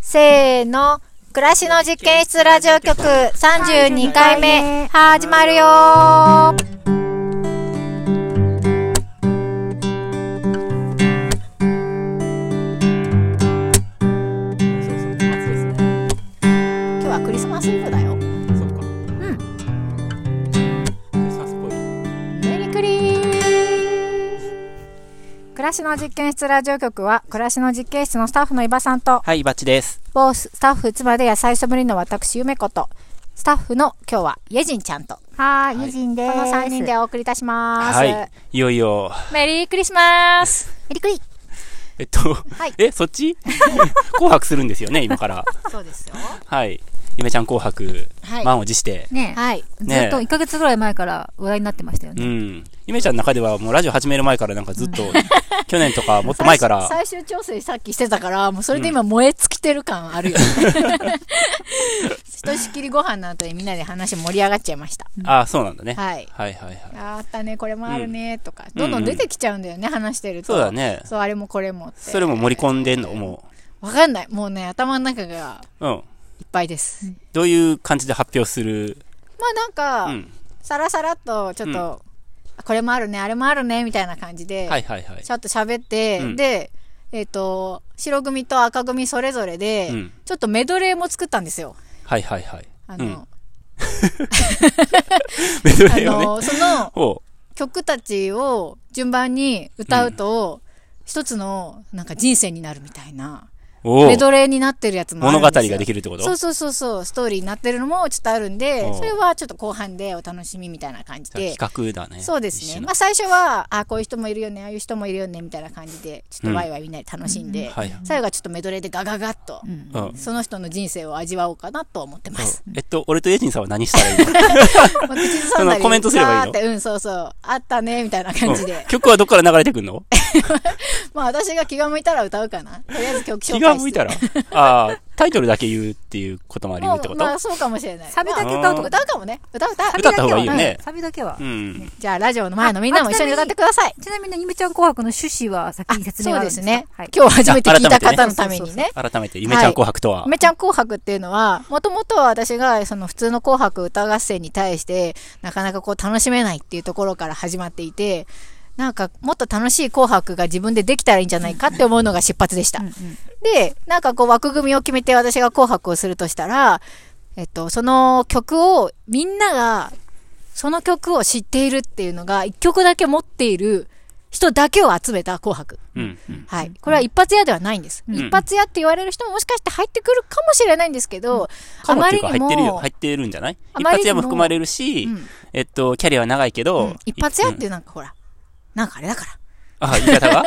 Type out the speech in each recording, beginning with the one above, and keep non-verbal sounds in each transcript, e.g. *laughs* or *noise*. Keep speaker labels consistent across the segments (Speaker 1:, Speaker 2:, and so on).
Speaker 1: せーの、暮らしの実験室ラジオ局32回目、始まるよー今日
Speaker 2: そうそう、夏ですね。
Speaker 1: はクリスマスイブだよ。
Speaker 2: そっか。うん。クリスマスっぽい。
Speaker 1: メリークリー暮らしの実験室ラジオ局は、暮らしの実験室のスタッフの伊庭さんと、
Speaker 3: はい、バッチです。
Speaker 1: 某スタッフ妻で野菜そぶりの私、ゆめこと、スタッフの今日は、イェジンちゃんと、こ
Speaker 4: はい、ゆじんです。
Speaker 1: の3人で
Speaker 4: メ
Speaker 1: お送りいたします。
Speaker 3: はい、いよいよ、
Speaker 1: メリークリスマス
Speaker 4: リクリ。
Speaker 3: えっと、
Speaker 1: い
Speaker 3: え、そ
Speaker 1: *laughs*
Speaker 3: っち紅白するんですよね、今から。
Speaker 1: そうですよ。
Speaker 3: はい。ゆめちゃん紅白、
Speaker 1: はい
Speaker 3: 満を持して。
Speaker 4: ね
Speaker 1: はい。
Speaker 4: え、
Speaker 3: ねえ
Speaker 4: ずっと1ヶ月ぐらい前から話題になってましたよ
Speaker 3: う
Speaker 4: ね。
Speaker 3: ん。ゆめちゃんの中では、もうラジオ始める前からなんかずっと、去年とかもっと前から、
Speaker 1: 最終調整さっきしてたから、もうそれで今燃え尽きてる感あるよ
Speaker 3: *laughs*
Speaker 1: ね。ひとしきりご飯の後にみんなで話盛り上がっちゃいました。
Speaker 3: あ、そうなんだね。
Speaker 1: はい。
Speaker 3: はいはいはい。
Speaker 1: あったね、これもあるね、とか、
Speaker 3: うん
Speaker 1: どんどん出てきちゃうんだよね、話してると。
Speaker 3: そうだね。
Speaker 1: そう、あれもこれもって。
Speaker 3: それも盛り込んでんの、も
Speaker 1: わかんない。もうね、頭の中が
Speaker 3: う。うん。
Speaker 1: いっぱいです。
Speaker 3: どういう感じで発表する
Speaker 1: まあなんか、
Speaker 3: うん。
Speaker 1: さらさらっと、ちょっと、これもあるね、あれもあるね、みたいな感じで、
Speaker 3: はいはいはい
Speaker 1: ち。ょっと喋って、
Speaker 3: うん
Speaker 1: で、えっ、と、白組と赤組それぞれで、
Speaker 3: うん
Speaker 1: ちょっとメドレーも作ったんですよ。
Speaker 3: はいはいはい。
Speaker 1: あ
Speaker 3: う
Speaker 1: の、
Speaker 3: *laughs* ん。メド
Speaker 1: あ
Speaker 3: レーをね。
Speaker 1: の、その
Speaker 3: おう
Speaker 1: 曲たちを順番に歌うと、一つの、なんか人生になるみたいな、
Speaker 3: おう
Speaker 1: メドレーになってるやつもある
Speaker 3: 物
Speaker 1: ん
Speaker 3: 語
Speaker 1: です
Speaker 3: が
Speaker 1: よ。
Speaker 3: できるってこと
Speaker 1: そうそうそうそう、ストーリーになってるのもちょっとあるんで、
Speaker 3: お
Speaker 1: それはちょっと後半でお楽しみみたいな感じで
Speaker 3: 企。画だね。
Speaker 1: そうです
Speaker 3: 一
Speaker 1: ね。
Speaker 3: 種の
Speaker 1: まあ最初は、あこういう人もいるよね、ああいう人もいるよね、みたいな感じで、ちょっとワイワイみんなで楽しんで、
Speaker 3: はいはい。
Speaker 1: 最後はちょっとメドレーでガガガッと、
Speaker 4: うん。
Speaker 3: うん。
Speaker 1: その人の人生を味わおうかなと思ってます。
Speaker 3: えっと、俺とエイジンさんは何したらいいの
Speaker 1: *laughs* まあ口ずさんだり
Speaker 3: そのコメントすればいい
Speaker 1: ガ
Speaker 3: の
Speaker 1: ーってうん、そうそう。あったね、みたいな感じ
Speaker 3: うん
Speaker 1: で。
Speaker 3: 曲はどっから流れてくんの
Speaker 1: まあ私が気が向いたら歌うかな。とりあえず曲紹介する
Speaker 3: 気が向いたら。ああ、タイトルだけ言うっていうこともあり得
Speaker 1: も
Speaker 3: るってこ
Speaker 1: う、
Speaker 3: と
Speaker 1: まあそうかもしれない。
Speaker 4: サビだ
Speaker 1: ま
Speaker 4: け歌う
Speaker 1: あ
Speaker 4: とか、
Speaker 1: 歌うかもね。歌う歌う。
Speaker 3: 歌った方がいいよね
Speaker 4: うんサビだけは
Speaker 3: う。ん。
Speaker 1: じゃあラジオの前のみんなも一緒に歌ってください。
Speaker 4: ちなみに、ゆめちゃん紅白の趣旨は先に説明
Speaker 1: そ
Speaker 4: が
Speaker 1: う
Speaker 4: あ
Speaker 1: で
Speaker 4: るんです
Speaker 1: す
Speaker 4: か
Speaker 1: ね。
Speaker 4: はい。
Speaker 1: 今日初めて聞いた方のため
Speaker 4: あ改め
Speaker 1: に
Speaker 4: て
Speaker 1: ね
Speaker 4: ね。
Speaker 3: 改めて、ゆめちゃん紅白とは。
Speaker 1: めちゃん紅白っていうのは、もともとは私が、その普通の紅白歌合戦に対して、なかなかこう楽しめないっていうところから始まっていて、なんかもっと楽しい紅白が自分でできたらいいんじゃないかって思うのが出発でした。で、なんかこう枠組みを決めて私が紅白をするとしたら、えっと、その曲をみんなが、その曲を知っているっていうのが、一曲だけ持っている人だけを集めた紅白。
Speaker 3: うん。うん
Speaker 1: はい。これは一発屋ではないんです。
Speaker 3: ん
Speaker 1: 一発屋って言われる人ももしかして入ってくるかもしれないんですけど、
Speaker 3: か
Speaker 1: あ
Speaker 3: もっ
Speaker 1: ま
Speaker 3: てい
Speaker 1: り
Speaker 3: う
Speaker 1: に
Speaker 3: か入ってるよ。
Speaker 1: も
Speaker 3: 入、ってるんじゃない
Speaker 1: あ
Speaker 3: 一
Speaker 1: まりにも
Speaker 3: 発屋も含まれるし
Speaker 1: うん、
Speaker 3: えっと、キャリアは長いけ
Speaker 1: う
Speaker 3: ど
Speaker 1: ん、一発屋って
Speaker 3: い
Speaker 1: いううなんかほら、なんかあれだか
Speaker 3: ん。あ、言い
Speaker 1: *laughs*
Speaker 3: 方が
Speaker 1: ら、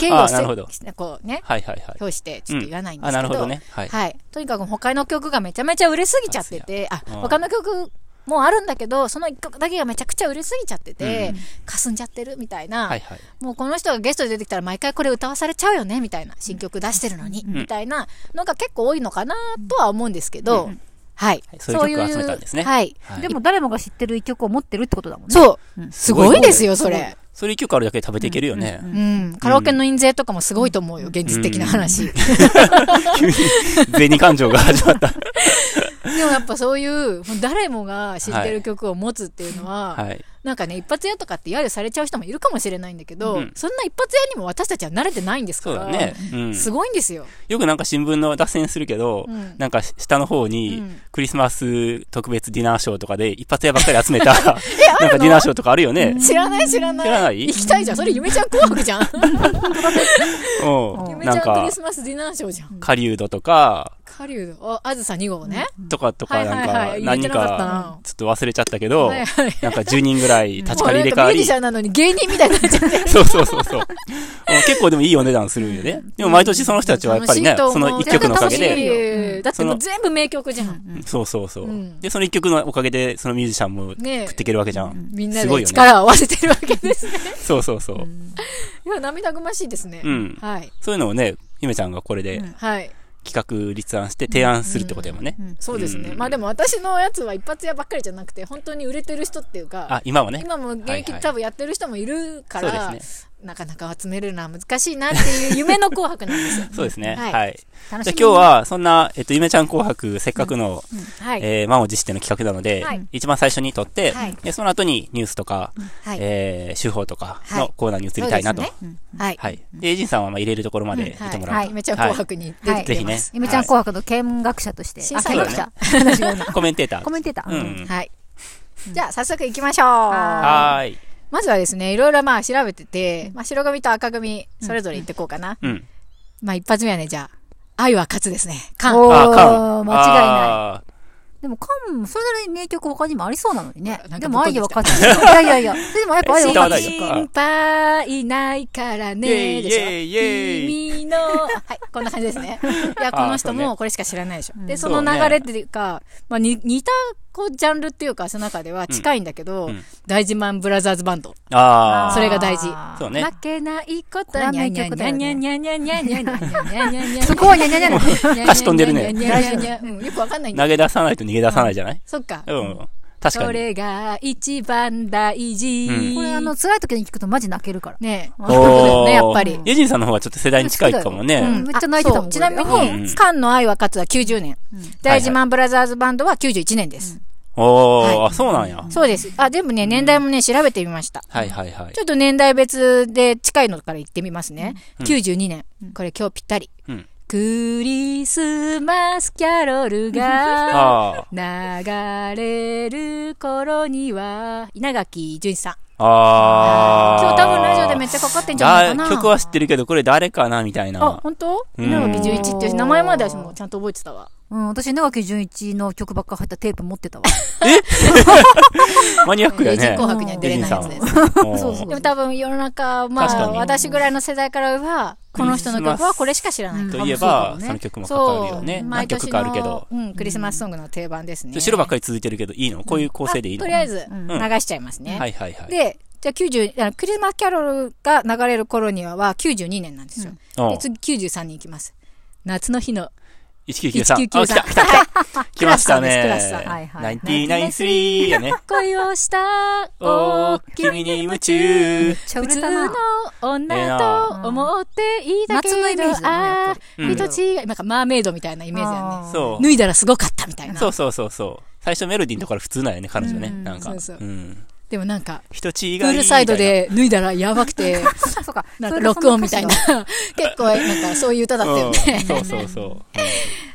Speaker 1: 敬語を
Speaker 3: あなるほど
Speaker 1: せこうね、
Speaker 3: はいはいはい。
Speaker 1: 表してちょっと言わないんです
Speaker 3: あ、
Speaker 1: け
Speaker 3: な
Speaker 1: ど、
Speaker 3: るほどね。はい。
Speaker 1: はい。とにかく他の曲がめちゃめちゃ売れすぎちゃってて、あ
Speaker 3: う、ん
Speaker 1: 他の曲もあるんだけど、その一曲だけがめちゃくちゃ売れすぎちゃってて、霞んじゃってるみたいな、
Speaker 3: はいはい。
Speaker 1: もうこの人がゲストで出てきたら毎回これ歌わされちゃうよねみたいな新曲出してるのに、みたいなのが結構多いのかなとは思うんですけど、はい
Speaker 3: そういう曲を集めたんですね
Speaker 1: はい、
Speaker 3: はい
Speaker 4: でも、誰もが知ってる一曲を持ってるってことだもんね。
Speaker 1: そう、
Speaker 4: うん
Speaker 1: すごいですよそれ、
Speaker 3: それ一曲あるだけで食べていけるよね。
Speaker 1: うん、カラオケの印税とかもすごいと思うよ現実的な話、
Speaker 3: 急に、銭
Speaker 1: *laughs*
Speaker 3: 感情が始まった。
Speaker 1: でもやっぱそういうもう誰もが知ってる曲を持つっていうのは、
Speaker 3: *laughs* はい。
Speaker 1: なんかね一発屋とかっていわゆるされちゃう人もいるかもしれないんだけど、
Speaker 3: うん
Speaker 1: そんな一発屋にも私たちは慣れてないんですか
Speaker 3: そう
Speaker 1: ら
Speaker 3: だね。うん。
Speaker 1: すごいんですよ
Speaker 3: よくなんか新聞の脱線するけど、
Speaker 1: うん
Speaker 3: なんか下の方
Speaker 1: う
Speaker 3: に
Speaker 1: ん
Speaker 3: クリスマス特別ディナーショーとかで一発屋ばっかり集
Speaker 1: *laughs*
Speaker 3: めた、 *laughs* なんか
Speaker 1: あるの
Speaker 3: ディナーショーとかあるよね。
Speaker 1: 知らない知らない
Speaker 3: 知らない
Speaker 1: 行きたいじゃんそれ夢ちゃん紅白じ *laughs* ゃん
Speaker 3: う。
Speaker 4: うん
Speaker 1: めち
Speaker 3: な
Speaker 1: ゃ
Speaker 3: ん
Speaker 1: んク
Speaker 3: か
Speaker 1: リ、スマスディナーショーじゃん。
Speaker 3: 狩人とか、
Speaker 1: 狩人、ああずさ2号ね。
Speaker 3: とかとかなん
Speaker 1: はいはい
Speaker 3: か
Speaker 1: はい
Speaker 3: 何
Speaker 1: 入れて
Speaker 3: 人
Speaker 1: なかった
Speaker 3: か
Speaker 1: な、
Speaker 3: ちょっと忘れちゃったけど
Speaker 1: はいはい、
Speaker 3: なんか10人ぐらい立ち
Speaker 1: もう
Speaker 3: 借
Speaker 1: な
Speaker 3: り
Speaker 1: ん
Speaker 3: 入れ替
Speaker 1: か
Speaker 3: わ
Speaker 1: ミュー
Speaker 3: り
Speaker 1: ジシ、ャンなのに芸人みたいになっちゃって。
Speaker 3: *laughs* そうそうそうそう。うん結構でもいいお値段するよね。でも毎年その人たちはやっぱりね、その一曲のおかげ
Speaker 4: 楽しい
Speaker 3: で、
Speaker 1: で。だっても
Speaker 3: そうの
Speaker 1: 全部名曲じゃん。
Speaker 3: そうそうそうう。
Speaker 1: ん
Speaker 3: で、その一曲のおかげで、そのミュージシャンも食
Speaker 1: ねえ
Speaker 3: っていけるわけじゃん。
Speaker 1: みんな
Speaker 3: すご
Speaker 1: で
Speaker 3: いよね
Speaker 1: 力を合わせてるわけですね。
Speaker 3: そうそうそう。
Speaker 1: *laughs* いや、涙ぐましいですね。
Speaker 3: うん
Speaker 1: はい。
Speaker 3: そういうのをね、ゆめちゃんがこれで
Speaker 1: はい。
Speaker 3: 企画立案して提案するってことやもんね。
Speaker 1: そうですね。
Speaker 3: うん
Speaker 1: まあでも私のやつは一発屋ばっかりじゃなくて、本当に売れてる人っていうか、
Speaker 3: あ、今はね。
Speaker 1: 今も現
Speaker 3: はいは
Speaker 1: 役
Speaker 3: い
Speaker 1: 多分やってる人もいるから、
Speaker 3: そうです
Speaker 1: なかなか集めるのは難しいなっていう夢の紅白なん
Speaker 3: *laughs*
Speaker 1: ですよ。
Speaker 3: そうですね。
Speaker 1: はい
Speaker 3: はい。
Speaker 4: 楽
Speaker 3: じゃあ
Speaker 4: しみ
Speaker 3: 今日は、そんな、えっと、ゆめちゃん紅白、せっかくの、
Speaker 1: はい。
Speaker 3: えー満を持しての企画なので、
Speaker 1: はい
Speaker 3: 一番最初に撮って、
Speaker 1: はい
Speaker 3: でその後にニュースとか、
Speaker 1: はい。
Speaker 3: えー手法とか
Speaker 1: は
Speaker 3: の
Speaker 1: い
Speaker 3: コーナーに移りたいなと。
Speaker 1: そう
Speaker 4: うん
Speaker 1: はい。
Speaker 3: はい。で、エイジンさんはまあ入れるところまでい
Speaker 1: は
Speaker 3: てもらう
Speaker 1: い。
Speaker 3: と。
Speaker 1: めちゃ紅白に出てくれます。
Speaker 4: ゆめちゃん
Speaker 3: は
Speaker 4: 紅白の見学者として、
Speaker 1: 審査
Speaker 4: あ見
Speaker 1: 員
Speaker 4: 学者話が多いない
Speaker 3: コメンテーター。
Speaker 4: コメンテーター。
Speaker 3: う
Speaker 4: うん
Speaker 3: ん。
Speaker 1: はい。じゃあ、早速行きましょう。
Speaker 4: は
Speaker 3: はーい。
Speaker 1: まずはですね、いろいろまあ調べてて、まあ白組と赤組、それぞれ行ってこうかな。
Speaker 3: うん。
Speaker 1: まあ一発目はね、じゃあ、愛は勝つですね。カン。
Speaker 4: お
Speaker 3: あー、
Speaker 4: ー、
Speaker 3: カン。
Speaker 4: 間違い
Speaker 3: い。
Speaker 4: ない。でも、カン、それなりに名曲他にもありそうなのにね
Speaker 1: なん。か
Speaker 4: でも、愛は勝つ。いやいやいや。でも、やっぱ愛は勝
Speaker 3: シー
Speaker 4: つ
Speaker 3: ターはな
Speaker 1: 心
Speaker 3: い
Speaker 4: か。
Speaker 1: 配ないから
Speaker 3: イ
Speaker 1: ね、
Speaker 3: ェイ
Speaker 1: でしょ。
Speaker 3: イェイ
Speaker 1: 君の、はい、こんな感じですね。いや、この人もこれしか知らないでしょ。で、その
Speaker 3: そうね
Speaker 1: 流れっていうか、まあ、に似た、こう、ジャンルっていうか、その中では近いんだけど、
Speaker 3: うんうん
Speaker 1: 大自慢ブラザーズバンド。
Speaker 3: あー。
Speaker 1: それが大事
Speaker 3: そうね。
Speaker 1: 負けないこと
Speaker 4: これは
Speaker 1: にゃ
Speaker 4: 名
Speaker 1: にゃ
Speaker 4: 曲
Speaker 1: に
Speaker 4: だ
Speaker 1: ゃ
Speaker 4: よ
Speaker 1: にゃ
Speaker 4: ね
Speaker 1: にゃにゃにゃにゃにゃにゃにゃにゃ
Speaker 4: そこはにゃにゃにゃにゃ
Speaker 3: 歌詞飛んでるね
Speaker 1: にゃにゃにゃにゃうんよくわかんないんだ
Speaker 3: 投げ出さないと逃げ出さないじゃない
Speaker 1: そっか。
Speaker 3: うん。確か
Speaker 1: そ
Speaker 3: に。
Speaker 1: れが一番大事。
Speaker 3: うん
Speaker 4: これ、あの、辛い時に聞くとマジ泣けるから。
Speaker 1: ねえ。
Speaker 3: お
Speaker 4: お
Speaker 3: ー
Speaker 4: ー
Speaker 1: そうだよね、やっぱり。
Speaker 3: エイジンさんの方がちょっと世代に近いかもね。
Speaker 4: う
Speaker 1: うん
Speaker 4: めっちゃ泣いてたも
Speaker 1: あそ
Speaker 4: ん
Speaker 1: うちなみ
Speaker 4: こ
Speaker 3: れうん
Speaker 1: に、カンの愛は勝つは90年。大自慢ブラザーズバンドは91年です。
Speaker 3: おー、あ、そうなんや。
Speaker 1: そうです。あ、でもね、年代もね、調べてみました。
Speaker 3: はいはいはい
Speaker 1: ち。ょっと年代別で近いのから言ってみますね。92年。これ今日ぴったり。
Speaker 3: うん。
Speaker 1: クリスマスキャロルが
Speaker 3: *laughs* あ
Speaker 1: 流れる頃には、稲垣淳一さん。
Speaker 3: あ。ああ。
Speaker 1: 今日多分ラジオでめっちゃかかってんじゃないかな。
Speaker 3: だ曲は知ってるけど、これ誰かなみたい
Speaker 1: あ
Speaker 3: な、。
Speaker 1: 本当
Speaker 3: うん
Speaker 1: 稲垣淳一っていう名前まで私もちゃんと覚えてたわ。
Speaker 4: うん、私、長木純一の曲ばっか入ったテープ持ってたわ。
Speaker 3: マニアックや
Speaker 1: レジ
Speaker 3: ね。
Speaker 1: 紅白には出れないやつです。
Speaker 3: お
Speaker 1: *laughs*
Speaker 3: ー
Speaker 4: そうそう
Speaker 1: でも多分世の中、ま
Speaker 3: 確か
Speaker 1: あ、
Speaker 3: に
Speaker 1: 私ぐらいの世代からは、この人の曲はこれしか知らない。
Speaker 4: うん
Speaker 3: といえば、
Speaker 4: うん
Speaker 3: その曲もかかる
Speaker 1: そ
Speaker 3: よ
Speaker 1: う、
Speaker 3: ね。何
Speaker 1: 毎年
Speaker 3: 曲
Speaker 1: の
Speaker 3: かあるけど。
Speaker 1: うん、クリスマスソングの定番ですね。
Speaker 3: 白ばっかり続いてるけど、いいのこういう構成でいい
Speaker 1: あ
Speaker 3: の
Speaker 1: とりあえず、
Speaker 4: うん
Speaker 1: 流しちゃいますね。
Speaker 3: はいはいはい。
Speaker 1: で、じゃあ90、あのクリスマスキャロルが流れる頃にはは92年なんですよ。
Speaker 3: おう
Speaker 1: で、次93に行きます。夏の日の、
Speaker 3: 1993。
Speaker 1: 1993
Speaker 3: あ、来た来た来た。 *laughs* 来ました
Speaker 1: クラスさ
Speaker 3: ね
Speaker 1: んですクラスさん
Speaker 4: はい。はい
Speaker 3: 993やね。
Speaker 1: 恋をした、
Speaker 3: お
Speaker 1: お
Speaker 3: ー、君に夢中。
Speaker 4: めっちゃ売
Speaker 1: 普
Speaker 4: れ
Speaker 1: 通
Speaker 4: たな
Speaker 1: の。女と思っていたけど、
Speaker 4: 夏のイメージだよねや
Speaker 1: あ
Speaker 4: っぱり
Speaker 3: うん
Speaker 1: ー、人違い、なんかマーメイドみたいなイメージだよね。
Speaker 4: あー
Speaker 3: そう。
Speaker 1: 脱いだらすごかったみたいな。
Speaker 3: そうそうそうそう。最初メロディーのところから普通なんよね、彼女ね。
Speaker 4: うん
Speaker 3: なんか。。
Speaker 1: そうそうんでもなんか、
Speaker 3: 人違い。
Speaker 1: プールサイド。で脱いだらやばく
Speaker 3: *laughs*
Speaker 1: て、
Speaker 4: あ *laughs* そうか。
Speaker 1: なん
Speaker 4: そ
Speaker 1: か
Speaker 4: れで
Speaker 1: 録音みたいな
Speaker 4: その歌詞、
Speaker 1: 結構なんかそういう歌だったよ
Speaker 3: う
Speaker 1: ね
Speaker 3: ん。そうそうそう。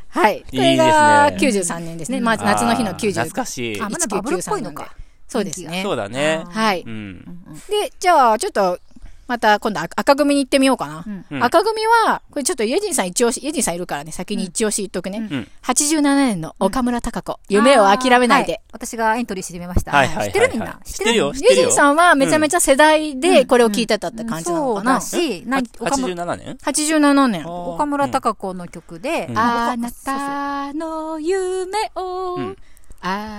Speaker 1: はい。こ
Speaker 3: い
Speaker 1: れ
Speaker 3: いですね
Speaker 1: が93年ですね。まず *laughs* 夏の日の
Speaker 3: あー
Speaker 1: 90。
Speaker 3: 懐かしい
Speaker 4: が。あ、。まだバブルっぽいのか。
Speaker 1: そうですね
Speaker 3: そ。うだね。。
Speaker 1: はいう
Speaker 3: ん。
Speaker 1: で、じゃあちょっと、また今度赤赤組に行ってみようかな。
Speaker 4: うん
Speaker 3: うん
Speaker 1: 赤組は、これちょっとイエジンさん一押し、イエジンさんいるからね、先に一押し言っとくね。
Speaker 3: うん。
Speaker 1: 87年の岡村孝子、夢を諦めない
Speaker 4: は
Speaker 1: で。
Speaker 4: 私がエントリーしてみました。
Speaker 3: はいはいはいはい
Speaker 4: 知ってるみんな。
Speaker 3: 知ってるよ
Speaker 1: イエジンさんはめちゃめちゃ世代でこれを聞いてたって感じなの
Speaker 4: そう
Speaker 1: かな。
Speaker 4: だし、な
Speaker 3: は
Speaker 4: ん岡村
Speaker 3: 87年
Speaker 1: 87年。
Speaker 4: 岡村孝子の曲で、
Speaker 3: うん
Speaker 1: あ
Speaker 4: あ
Speaker 1: な
Speaker 4: な
Speaker 1: たの夢を
Speaker 3: うん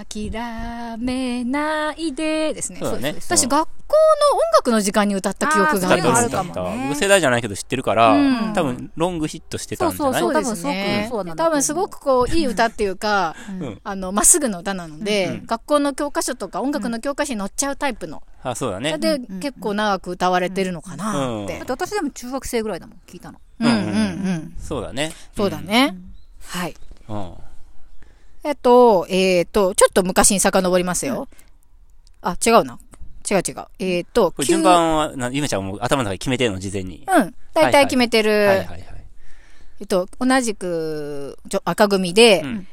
Speaker 1: 諦めないでですね。
Speaker 3: そうだね
Speaker 1: そう私、学校の音楽の時間に歌った記憶があ
Speaker 3: タイ
Speaker 1: り
Speaker 3: トル
Speaker 1: ま
Speaker 3: だ
Speaker 1: す
Speaker 3: っ
Speaker 4: そ
Speaker 3: た
Speaker 4: ういうのあるかもね
Speaker 3: 僕世代じゃないけど知ってるから、
Speaker 1: うん
Speaker 3: 多分ロングヒットしてたんじゃない
Speaker 4: そ
Speaker 1: そ
Speaker 4: う
Speaker 1: う
Speaker 4: 多
Speaker 1: で
Speaker 4: 分
Speaker 1: す
Speaker 4: そう
Speaker 1: ね。
Speaker 4: そうなんだと思う
Speaker 1: 多分すごくこう、いい歌っていうか、
Speaker 3: うん
Speaker 1: あの、まっすぐの歌なので、
Speaker 3: うん
Speaker 1: 学校の教科書とか音楽の教科書に載っちゃうタイプの。
Speaker 3: あ、そうだね。
Speaker 1: で、
Speaker 4: うん
Speaker 1: 結構長く歌われてるのかなって
Speaker 3: うん
Speaker 4: だっ。て私でも中学生ぐらいだもん、聞いたの。
Speaker 1: うんうんう
Speaker 3: うん
Speaker 1: ん。
Speaker 3: そうだね。
Speaker 1: そうだね。はい。
Speaker 3: うん。うん。
Speaker 1: えっと、えっと、ちょっと昔に遡りますよ。あ、違うな。違う違う。えっと、
Speaker 3: これ順番は、なゆめちゃんもう頭の中で決めてるの、事前に。
Speaker 1: 急うん。大体決めてる。
Speaker 3: はいはいはい。
Speaker 1: えっと、同じく、ちょ赤組で、
Speaker 3: うん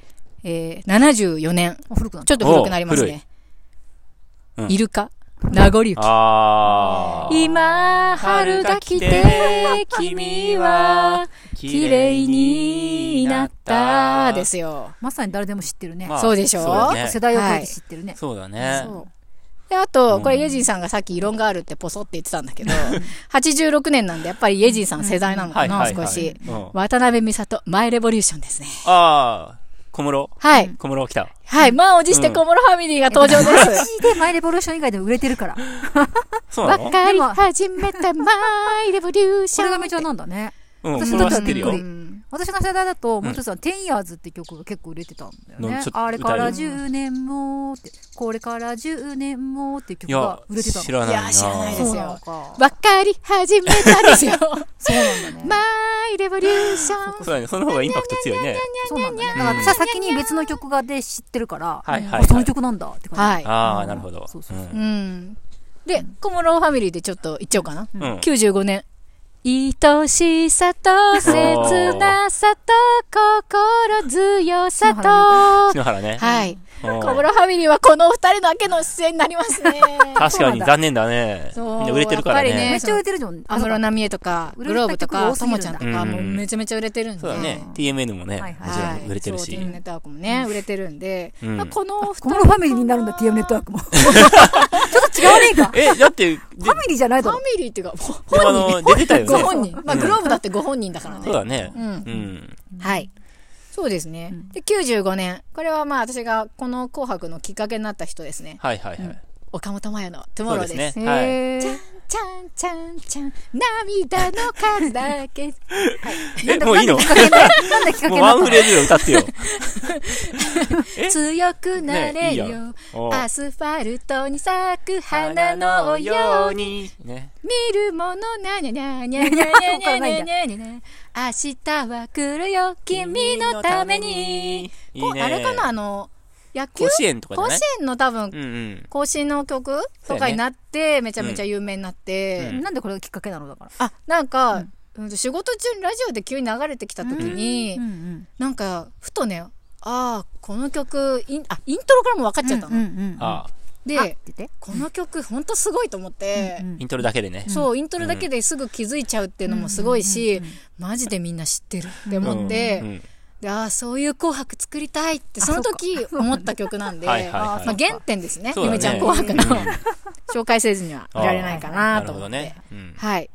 Speaker 1: えー、74年。
Speaker 4: あ古くなっ
Speaker 1: ちょっと古くなりますね。
Speaker 3: お古いうん
Speaker 1: イルカ、名残雪。
Speaker 3: あー。
Speaker 1: 今、春が来て、君は、綺麗になった、ですよ。
Speaker 4: まさに誰でも知ってるね。
Speaker 3: まあ
Speaker 1: そうでしょ
Speaker 3: そうだね
Speaker 4: 世代を超えて知ってるね。
Speaker 3: そうだね。
Speaker 1: そう。で、あと、これ、イェジンさんがさっき異論があるってポソって言ってたんだ
Speaker 3: *laughs*
Speaker 1: けど、86年なんで、やっぱりイェジンさん世代なの
Speaker 3: は
Speaker 1: か
Speaker 3: いは
Speaker 1: な、
Speaker 3: いは
Speaker 1: 少
Speaker 3: い。
Speaker 1: し。
Speaker 3: うん
Speaker 1: 渡辺美里、マイレボリューションですね。
Speaker 3: あー、小室。
Speaker 1: はい。
Speaker 3: 小室来た。
Speaker 1: はい。満を持して小室ファミリーが登場です。
Speaker 4: マジでマイレボリューション以外でも売れてるから。
Speaker 3: そうな
Speaker 1: わ *laughs*
Speaker 3: の
Speaker 1: かり始めたマイレボリューシ
Speaker 4: これ
Speaker 1: ョ
Speaker 4: が
Speaker 1: ン。
Speaker 4: メジャーなんだね。
Speaker 3: うん、
Speaker 4: 私
Speaker 3: それは
Speaker 4: だ
Speaker 3: 知っ
Speaker 4: っ
Speaker 3: たてる
Speaker 4: らびっ
Speaker 3: よ
Speaker 4: く。り私の世代だと、もう一つは、10 years って曲が結構売れてたんだよ
Speaker 3: なん
Speaker 4: ね
Speaker 3: ちょっ。と
Speaker 4: あれから
Speaker 1: 歌える
Speaker 4: 10年もって、これから10年もっていう
Speaker 3: い
Speaker 4: 曲
Speaker 3: や
Speaker 4: が売れてたの。
Speaker 3: 知らない
Speaker 1: い
Speaker 3: な
Speaker 1: や知らないです
Speaker 4: そ
Speaker 1: よ
Speaker 4: うなのか。
Speaker 1: わかり始めたです
Speaker 3: *laughs*
Speaker 1: よ。
Speaker 4: そうなんだね。
Speaker 1: マイレボリューション。
Speaker 3: そうだね。その方がインパクト強いね。
Speaker 4: そうなんだね。だから私は先に別の曲がで知ってるから、
Speaker 3: はいはいはい
Speaker 4: あその曲なんだって感じ。
Speaker 1: はい。
Speaker 3: ああ、なるほど。
Speaker 4: そうそう
Speaker 3: う
Speaker 4: そ
Speaker 3: ん
Speaker 1: うん。で、小室ファミリーでちょっと言っちゃおうかな。
Speaker 3: うん
Speaker 1: 95年。愛しさと切なさと心強さと。
Speaker 3: 篠原ね。
Speaker 1: はい。
Speaker 3: うん
Speaker 1: 小室ファミリーはこのお二人の明けの出演になります
Speaker 3: *laughs*
Speaker 1: ね。
Speaker 3: 確かに
Speaker 4: そうなんだ
Speaker 3: 残念だね。み
Speaker 1: そうん
Speaker 3: な売れてるから
Speaker 1: やっぱり
Speaker 4: め
Speaker 1: ね
Speaker 3: ね。
Speaker 4: っちゃ売れてるじゃん。
Speaker 1: 安室奈美恵とか、
Speaker 4: 売
Speaker 1: グ
Speaker 4: れ
Speaker 1: ロ
Speaker 4: る
Speaker 1: ーブと
Speaker 4: 曲
Speaker 1: か、
Speaker 4: 多す
Speaker 1: と
Speaker 4: ぎ
Speaker 1: も
Speaker 4: るん
Speaker 1: ち
Speaker 4: だ
Speaker 1: ゃんとか、
Speaker 3: うん
Speaker 1: もうめちゃめちゃ売れてるんで。
Speaker 3: そうだね。TMN もね、
Speaker 4: はいはい
Speaker 3: もちろん売れてるし。
Speaker 1: そう、テレビネットワークもね、売れてるんで、
Speaker 3: うん
Speaker 1: まあこの
Speaker 4: このファミリーになるんだ、TM ネッ
Speaker 3: *laughs*
Speaker 4: トワークも。ちょっと違わねえか。
Speaker 3: え、だって、で
Speaker 4: ファミリーじゃない
Speaker 1: フ
Speaker 4: だ
Speaker 1: ァ
Speaker 4: ろ。
Speaker 1: ミリーっていうか、ほ
Speaker 3: でもあの、出てたよ
Speaker 1: ご
Speaker 3: ね。
Speaker 1: 本人。まあ、グローブだってご本人だからね。
Speaker 3: そうだね。
Speaker 1: うん
Speaker 3: うん。
Speaker 1: はい。そうですね。で、95年。これはまあ私がこの紅白のきっかけになった人ですね。
Speaker 3: はいはいはい。
Speaker 1: 岡本真也のトゥモ
Speaker 3: そう
Speaker 1: ロー
Speaker 3: で
Speaker 1: ですす。
Speaker 3: ね。は
Speaker 4: へ
Speaker 1: ちゃん
Speaker 4: ー
Speaker 1: ちゃんちゃんちゃん、涙の数だけ。
Speaker 3: い。え、もういいの
Speaker 4: なんできっ
Speaker 3: も
Speaker 4: かけ
Speaker 3: う
Speaker 4: にな
Speaker 3: ワ
Speaker 4: っ
Speaker 3: ン
Speaker 4: た
Speaker 3: フレーズ歌
Speaker 1: *laughs*
Speaker 3: ってよ。え
Speaker 1: 強くな
Speaker 3: ね
Speaker 1: れ
Speaker 3: いい
Speaker 1: よ
Speaker 3: や。ん。おう
Speaker 1: アスファルトに咲く花のように
Speaker 3: に。ね。
Speaker 1: 見るものなにゃにゃにゃにゃにゃにゃにゃにゃにゃにゃ明日は来るよ君のために
Speaker 3: いいね。
Speaker 1: こうあれかなあの野球
Speaker 3: 甲子園とかじゃ
Speaker 1: 甲
Speaker 3: ない
Speaker 1: 子園の多分
Speaker 3: うんうん。
Speaker 1: 更新の曲とかになって、めちゃめちゃ有名になって、
Speaker 3: うん
Speaker 4: なんでこれがきっかけなのだから。
Speaker 1: あなんか、うんと仕事中にラジオで急に流れてきた時に、
Speaker 4: うんうん。
Speaker 1: なんかふとねああこの曲インあイントロからも分かっちゃったの、
Speaker 4: うんうん。
Speaker 3: ああ、
Speaker 4: あっ
Speaker 1: で
Speaker 4: て言って。
Speaker 1: この曲ほんとすごいと思って、
Speaker 4: うんうん
Speaker 3: イントロだけでね。
Speaker 1: そうイントロだけですぐ気づいちゃうっていうのもすごいし、マジでみんな知ってるって思って、
Speaker 3: うんうん
Speaker 1: でああそういう「紅白」作りたいって
Speaker 4: あ
Speaker 1: その時思った曲なんで
Speaker 3: *laughs* はいはいはい
Speaker 1: まあ、原点ですね
Speaker 3: そうだ
Speaker 1: ゆ
Speaker 3: ね
Speaker 1: めちゃん「紅白」の
Speaker 3: うん
Speaker 1: 紹介せずにはいられないかな
Speaker 3: な
Speaker 1: と
Speaker 3: る
Speaker 1: 思
Speaker 3: ほ
Speaker 1: って、
Speaker 3: どね。うん
Speaker 1: はい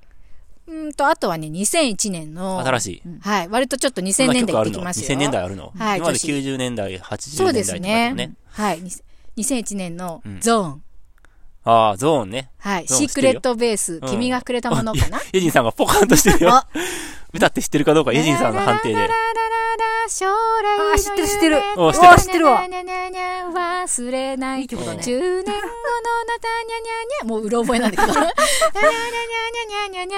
Speaker 1: うんとあとはね2001年の
Speaker 3: 新しい。
Speaker 1: はい、割とちょっと
Speaker 3: そん
Speaker 1: 2000
Speaker 3: な
Speaker 1: 年代
Speaker 3: 曲
Speaker 1: 行
Speaker 3: あ
Speaker 1: っ
Speaker 3: る
Speaker 1: て
Speaker 3: の
Speaker 1: きますよ
Speaker 3: ?2000 年代あるの
Speaker 1: はい
Speaker 3: 今まで
Speaker 1: 女子
Speaker 3: 90年代、80
Speaker 1: そうで
Speaker 3: 年代とかだ
Speaker 1: す
Speaker 3: よ
Speaker 1: ね
Speaker 3: ね。
Speaker 1: はいに2001年の
Speaker 3: うん
Speaker 1: ゾーン、
Speaker 3: ああ、ゾーンね。
Speaker 1: はい
Speaker 3: ゾー
Speaker 1: シ
Speaker 3: ン
Speaker 1: ークレットベース、
Speaker 3: うん
Speaker 1: 君がくれたものかな
Speaker 3: あゆゆじんさんがポカンとしてる
Speaker 1: *laughs*
Speaker 3: よ
Speaker 1: あ。
Speaker 3: 歌って知ってるかどうか、ゆじんさんの判定
Speaker 1: ラララ。ラ
Speaker 3: で
Speaker 1: ラ将来の夢
Speaker 4: あ知ってる知ってる
Speaker 3: お知ってる
Speaker 4: お知ってるわ
Speaker 1: ニャニャニャ忘れない
Speaker 4: いい曲だね
Speaker 1: 10年後のなたにゃにゃにゃもううろ覚えなんだけどニャニャニャニャニャニャニ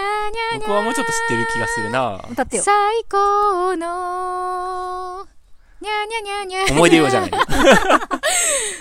Speaker 1: ャニャ
Speaker 3: 僕はもうちょっと知ってる気がするな。
Speaker 4: 歌ってよ。
Speaker 1: 最高のにゃにゃにゃにゃ
Speaker 3: 思い出ようじゃない。
Speaker 1: *laughs*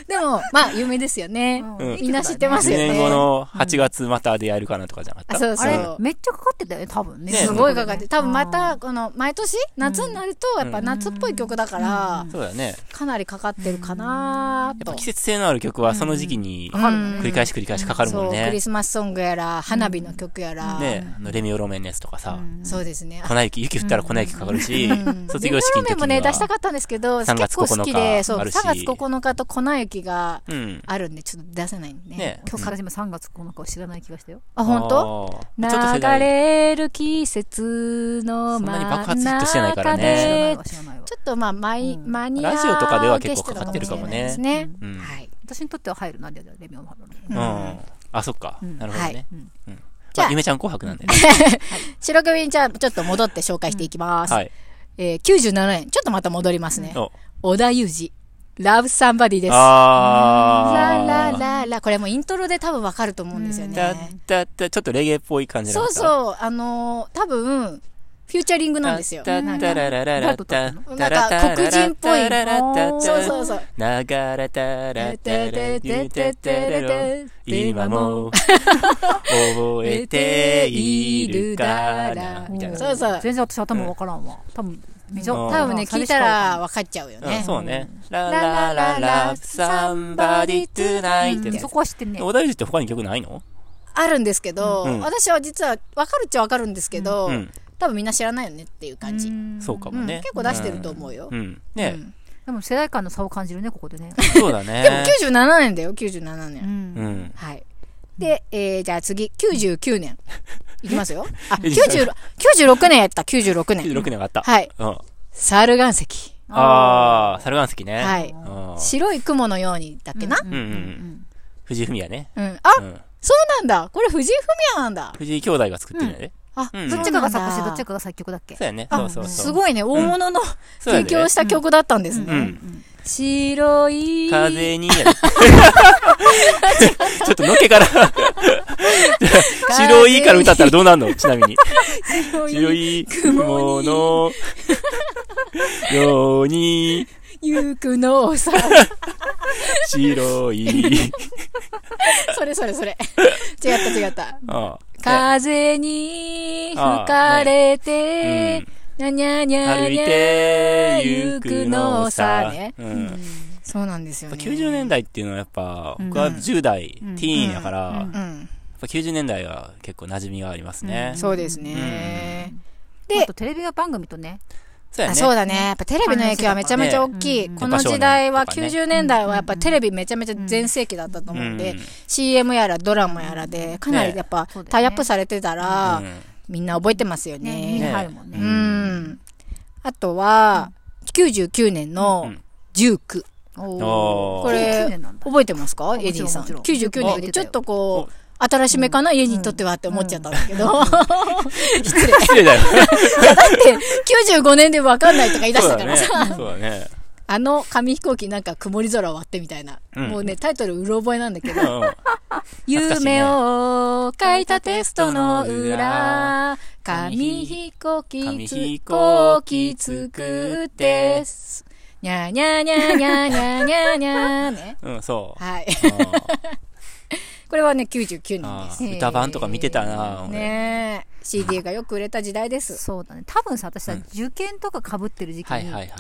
Speaker 1: でもまあ有名ですよね、
Speaker 3: うん
Speaker 1: みんな知ってます
Speaker 3: 10
Speaker 1: よね
Speaker 3: 年後の8月また出会えるかなとかじゃなか
Speaker 1: あ
Speaker 3: った。
Speaker 1: そう
Speaker 4: あ
Speaker 1: そう
Speaker 4: れ、めっちゃかかってたよね、多分ね。
Speaker 3: ね
Speaker 1: すごいかかって多分ま
Speaker 4: う
Speaker 1: た
Speaker 4: ん、
Speaker 1: この毎年夏になるとやっぱ夏っぽい曲だから
Speaker 3: そうだよね。
Speaker 1: かなりかかってるかな
Speaker 3: やっ
Speaker 1: と
Speaker 3: ぱ季節性のある曲はその時期に
Speaker 1: うん
Speaker 3: 繰り返し繰り返しかかるもん
Speaker 1: そうクリ
Speaker 3: ね。
Speaker 1: スマスソングやら花火の曲やら
Speaker 3: ねあのレミオロメンのやつとかさ、
Speaker 1: そうですね
Speaker 3: 粉雪、雪降ったら粉雪かかるし
Speaker 1: うん、
Speaker 3: *laughs* 卒業式の
Speaker 1: レモンラー
Speaker 3: 時
Speaker 1: メンも
Speaker 3: に
Speaker 1: ね出した
Speaker 3: は
Speaker 1: か。ったんですけど結
Speaker 3: 3月
Speaker 1: 構
Speaker 3: 9
Speaker 1: 好きでそう
Speaker 3: あ
Speaker 1: 3
Speaker 3: るし
Speaker 1: 月9日と粉雪が
Speaker 3: うん。
Speaker 1: あるんでちょっと出せないんでね
Speaker 3: ね
Speaker 4: 今日からでも3月9日は知らない気がしたよ。
Speaker 1: あ本当
Speaker 3: あーちょっと世代
Speaker 1: 流れる季節の
Speaker 3: そんなに
Speaker 1: 真
Speaker 3: 爆
Speaker 1: ん
Speaker 3: 発ヒットしてないか
Speaker 1: 中
Speaker 3: ら
Speaker 4: 知らない
Speaker 1: で
Speaker 3: ね
Speaker 4: わ、知らないわ。
Speaker 1: ちょっとまあマイ、
Speaker 4: うん
Speaker 1: マニア
Speaker 3: ラジオとかでは結構かかってるか
Speaker 1: 受けしてたかも
Speaker 3: もね
Speaker 1: しれないですね
Speaker 3: うん
Speaker 1: はい、
Speaker 4: 私にとっては入るな、レミオンハブの。
Speaker 3: うん。あ、そっか。なるほど
Speaker 1: はい
Speaker 3: ね。
Speaker 4: うん
Speaker 3: うん
Speaker 1: じゃあ
Speaker 3: まあゆめちゃん紅白なん
Speaker 1: *laughs*
Speaker 3: だよね。
Speaker 1: 白組にじゃあちょっと戻って紹介していきます、
Speaker 3: はい。
Speaker 1: えー、97年ちょっとまた戻りますね、
Speaker 3: お
Speaker 1: 織田裕二ラブサンバディですラ
Speaker 3: あー。
Speaker 1: ラララこれもうイントロで多分わかると思うんですよ
Speaker 3: だ
Speaker 1: ね、
Speaker 3: だだちょっとレゲエっぽい感じな
Speaker 1: そう
Speaker 3: う
Speaker 1: そうあのー多分フューチャリングなんですよ
Speaker 3: だ
Speaker 1: なん
Speaker 3: だ
Speaker 1: から
Speaker 3: らららだ
Speaker 1: なんか黒人っぽいそうそうそう
Speaker 3: ながらたらたらゆたたらろ今も覚えているからみたいな
Speaker 1: そうそう
Speaker 4: 全然私頭わからんわ。多分、めちゃ、
Speaker 3: うん
Speaker 1: 多分ね聞いたらわかっちゃうよ
Speaker 3: うん
Speaker 1: ね、
Speaker 3: そうねララララ somebody tonight って
Speaker 4: うん
Speaker 3: ね
Speaker 4: そこは知ってんね。
Speaker 3: 小田裕二って他に曲ないの
Speaker 1: あるんですけど、
Speaker 3: うん
Speaker 1: 私は実はわかるっちゃわかるんですけど、
Speaker 3: うん
Speaker 1: 多分みんな知らないよねっていう感じ、
Speaker 3: そうか
Speaker 1: う
Speaker 3: も
Speaker 1: ん
Speaker 3: ね
Speaker 1: 結構出してると思うよ、
Speaker 3: うんうん
Speaker 1: う
Speaker 3: ね
Speaker 1: ん
Speaker 4: でも世代間の差を感じるね、ここでね。
Speaker 3: そうだ
Speaker 1: でも
Speaker 3: ね
Speaker 1: 97年だよ97年、
Speaker 4: うん。
Speaker 3: うん
Speaker 1: はいで、えー、じゃあ次99年いきます
Speaker 3: *laughs*
Speaker 1: よあ
Speaker 3: いいです
Speaker 1: 90 96年やった96年
Speaker 3: 96年があった
Speaker 1: はい
Speaker 3: うん
Speaker 1: サル岩石
Speaker 3: ああ、サルガンスキね。
Speaker 1: はい
Speaker 3: うん
Speaker 1: 白い雲のようにだっけな、
Speaker 4: う
Speaker 1: うんん
Speaker 3: うんうんうん。藤井フミヤね。
Speaker 1: あ、
Speaker 3: うん。
Speaker 1: そうなんだこれ藤井フミヤなんだ
Speaker 3: 藤井兄弟が作ってるんやで。
Speaker 1: あ、
Speaker 3: うん
Speaker 4: どっちかが
Speaker 1: そうな
Speaker 4: 作
Speaker 1: んだ
Speaker 4: 詞、どっちかが作曲だっけ
Speaker 3: そうやね。そ
Speaker 1: あ
Speaker 3: うそうそう。
Speaker 1: すごいね、大物の
Speaker 3: そうや
Speaker 1: 提
Speaker 3: で
Speaker 1: 供した曲だったんですね。
Speaker 3: うん
Speaker 1: 白い。
Speaker 3: 風
Speaker 1: *laughs*
Speaker 3: にやで *laughs* ちょっとのけから白いから歌ったらどうなんのちなみに。
Speaker 1: 白
Speaker 3: 白
Speaker 1: い。
Speaker 3: い雲のように
Speaker 1: ゆうくのさ。
Speaker 3: 白い。
Speaker 1: それそれそれ。違った違った。
Speaker 3: ああ
Speaker 1: 風に吹かれて、にゃにゃにゃ
Speaker 3: 歩い
Speaker 1: にゃ。
Speaker 3: てゆくのさ、
Speaker 1: ね
Speaker 3: うん、
Speaker 1: そうなんですよね。
Speaker 3: 90年代っていうのはやっぱ僕は10代、ティーンやから、や
Speaker 1: う
Speaker 3: っ
Speaker 1: ん。
Speaker 3: ぱ90年代は結構馴染みがありますね、
Speaker 1: そうですね。で
Speaker 4: あとテレビ番組とね。
Speaker 3: そうや
Speaker 1: あ
Speaker 3: ね
Speaker 1: そうだね。やっぱテレビの影響はめちゃめちゃ大きい。
Speaker 4: ね
Speaker 1: この時代は、
Speaker 3: コパ少年と
Speaker 1: 90年代はやっぱテレビめちゃめちゃ全盛期だったと思うんで、
Speaker 3: うん
Speaker 1: CM やらドラマやらで、かなりやっぱ
Speaker 4: ねそうだよね
Speaker 1: タイアップされてたら、
Speaker 3: うん
Speaker 1: みんな覚えてますよ
Speaker 4: ね、
Speaker 1: ね。
Speaker 4: 耳に入るもんね。
Speaker 1: う
Speaker 3: ね
Speaker 1: ん。あとは、99年の19。
Speaker 3: おー
Speaker 1: これ
Speaker 4: 99年なんだ
Speaker 1: 覚えてますか
Speaker 4: もちろん
Speaker 1: エディさん。
Speaker 4: もちろん
Speaker 1: 99年でちょっとこう、新しめかな家にとってはって思っちゃったんだけど。 *laughs*
Speaker 3: 失礼だよ
Speaker 1: 95年でわかんないとか言い出し
Speaker 3: そう
Speaker 1: た
Speaker 3: だ
Speaker 1: か
Speaker 3: ね
Speaker 1: らさ。
Speaker 3: そうだね
Speaker 1: あの紙飛行機なんか曇り空割ってみたいな。
Speaker 3: うん
Speaker 1: もうね、タイトルうろ覚えなんだけど。
Speaker 3: うん懐かしいね
Speaker 1: 夢を書いたテストの裏、紙飛行機、
Speaker 3: 紙
Speaker 1: 飛
Speaker 3: 飛
Speaker 1: 行
Speaker 3: 行
Speaker 1: 機
Speaker 3: 機
Speaker 1: 作
Speaker 3: 作
Speaker 1: っ
Speaker 3: ってて、
Speaker 1: にゃにゃにゃにゃにゃにゃにゃね。
Speaker 3: うん、そ
Speaker 1: *laughs*
Speaker 3: う
Speaker 1: はい。
Speaker 3: うん
Speaker 1: これはね、99年
Speaker 3: あ
Speaker 1: です。
Speaker 3: ー歌版とか見てたな俺
Speaker 1: ねえ。CD がよく売れた時代です。
Speaker 4: そうだね。多分さ、私さ、
Speaker 3: うん
Speaker 4: 受験とか被ってる時期
Speaker 3: はい
Speaker 4: に、
Speaker 3: はいはい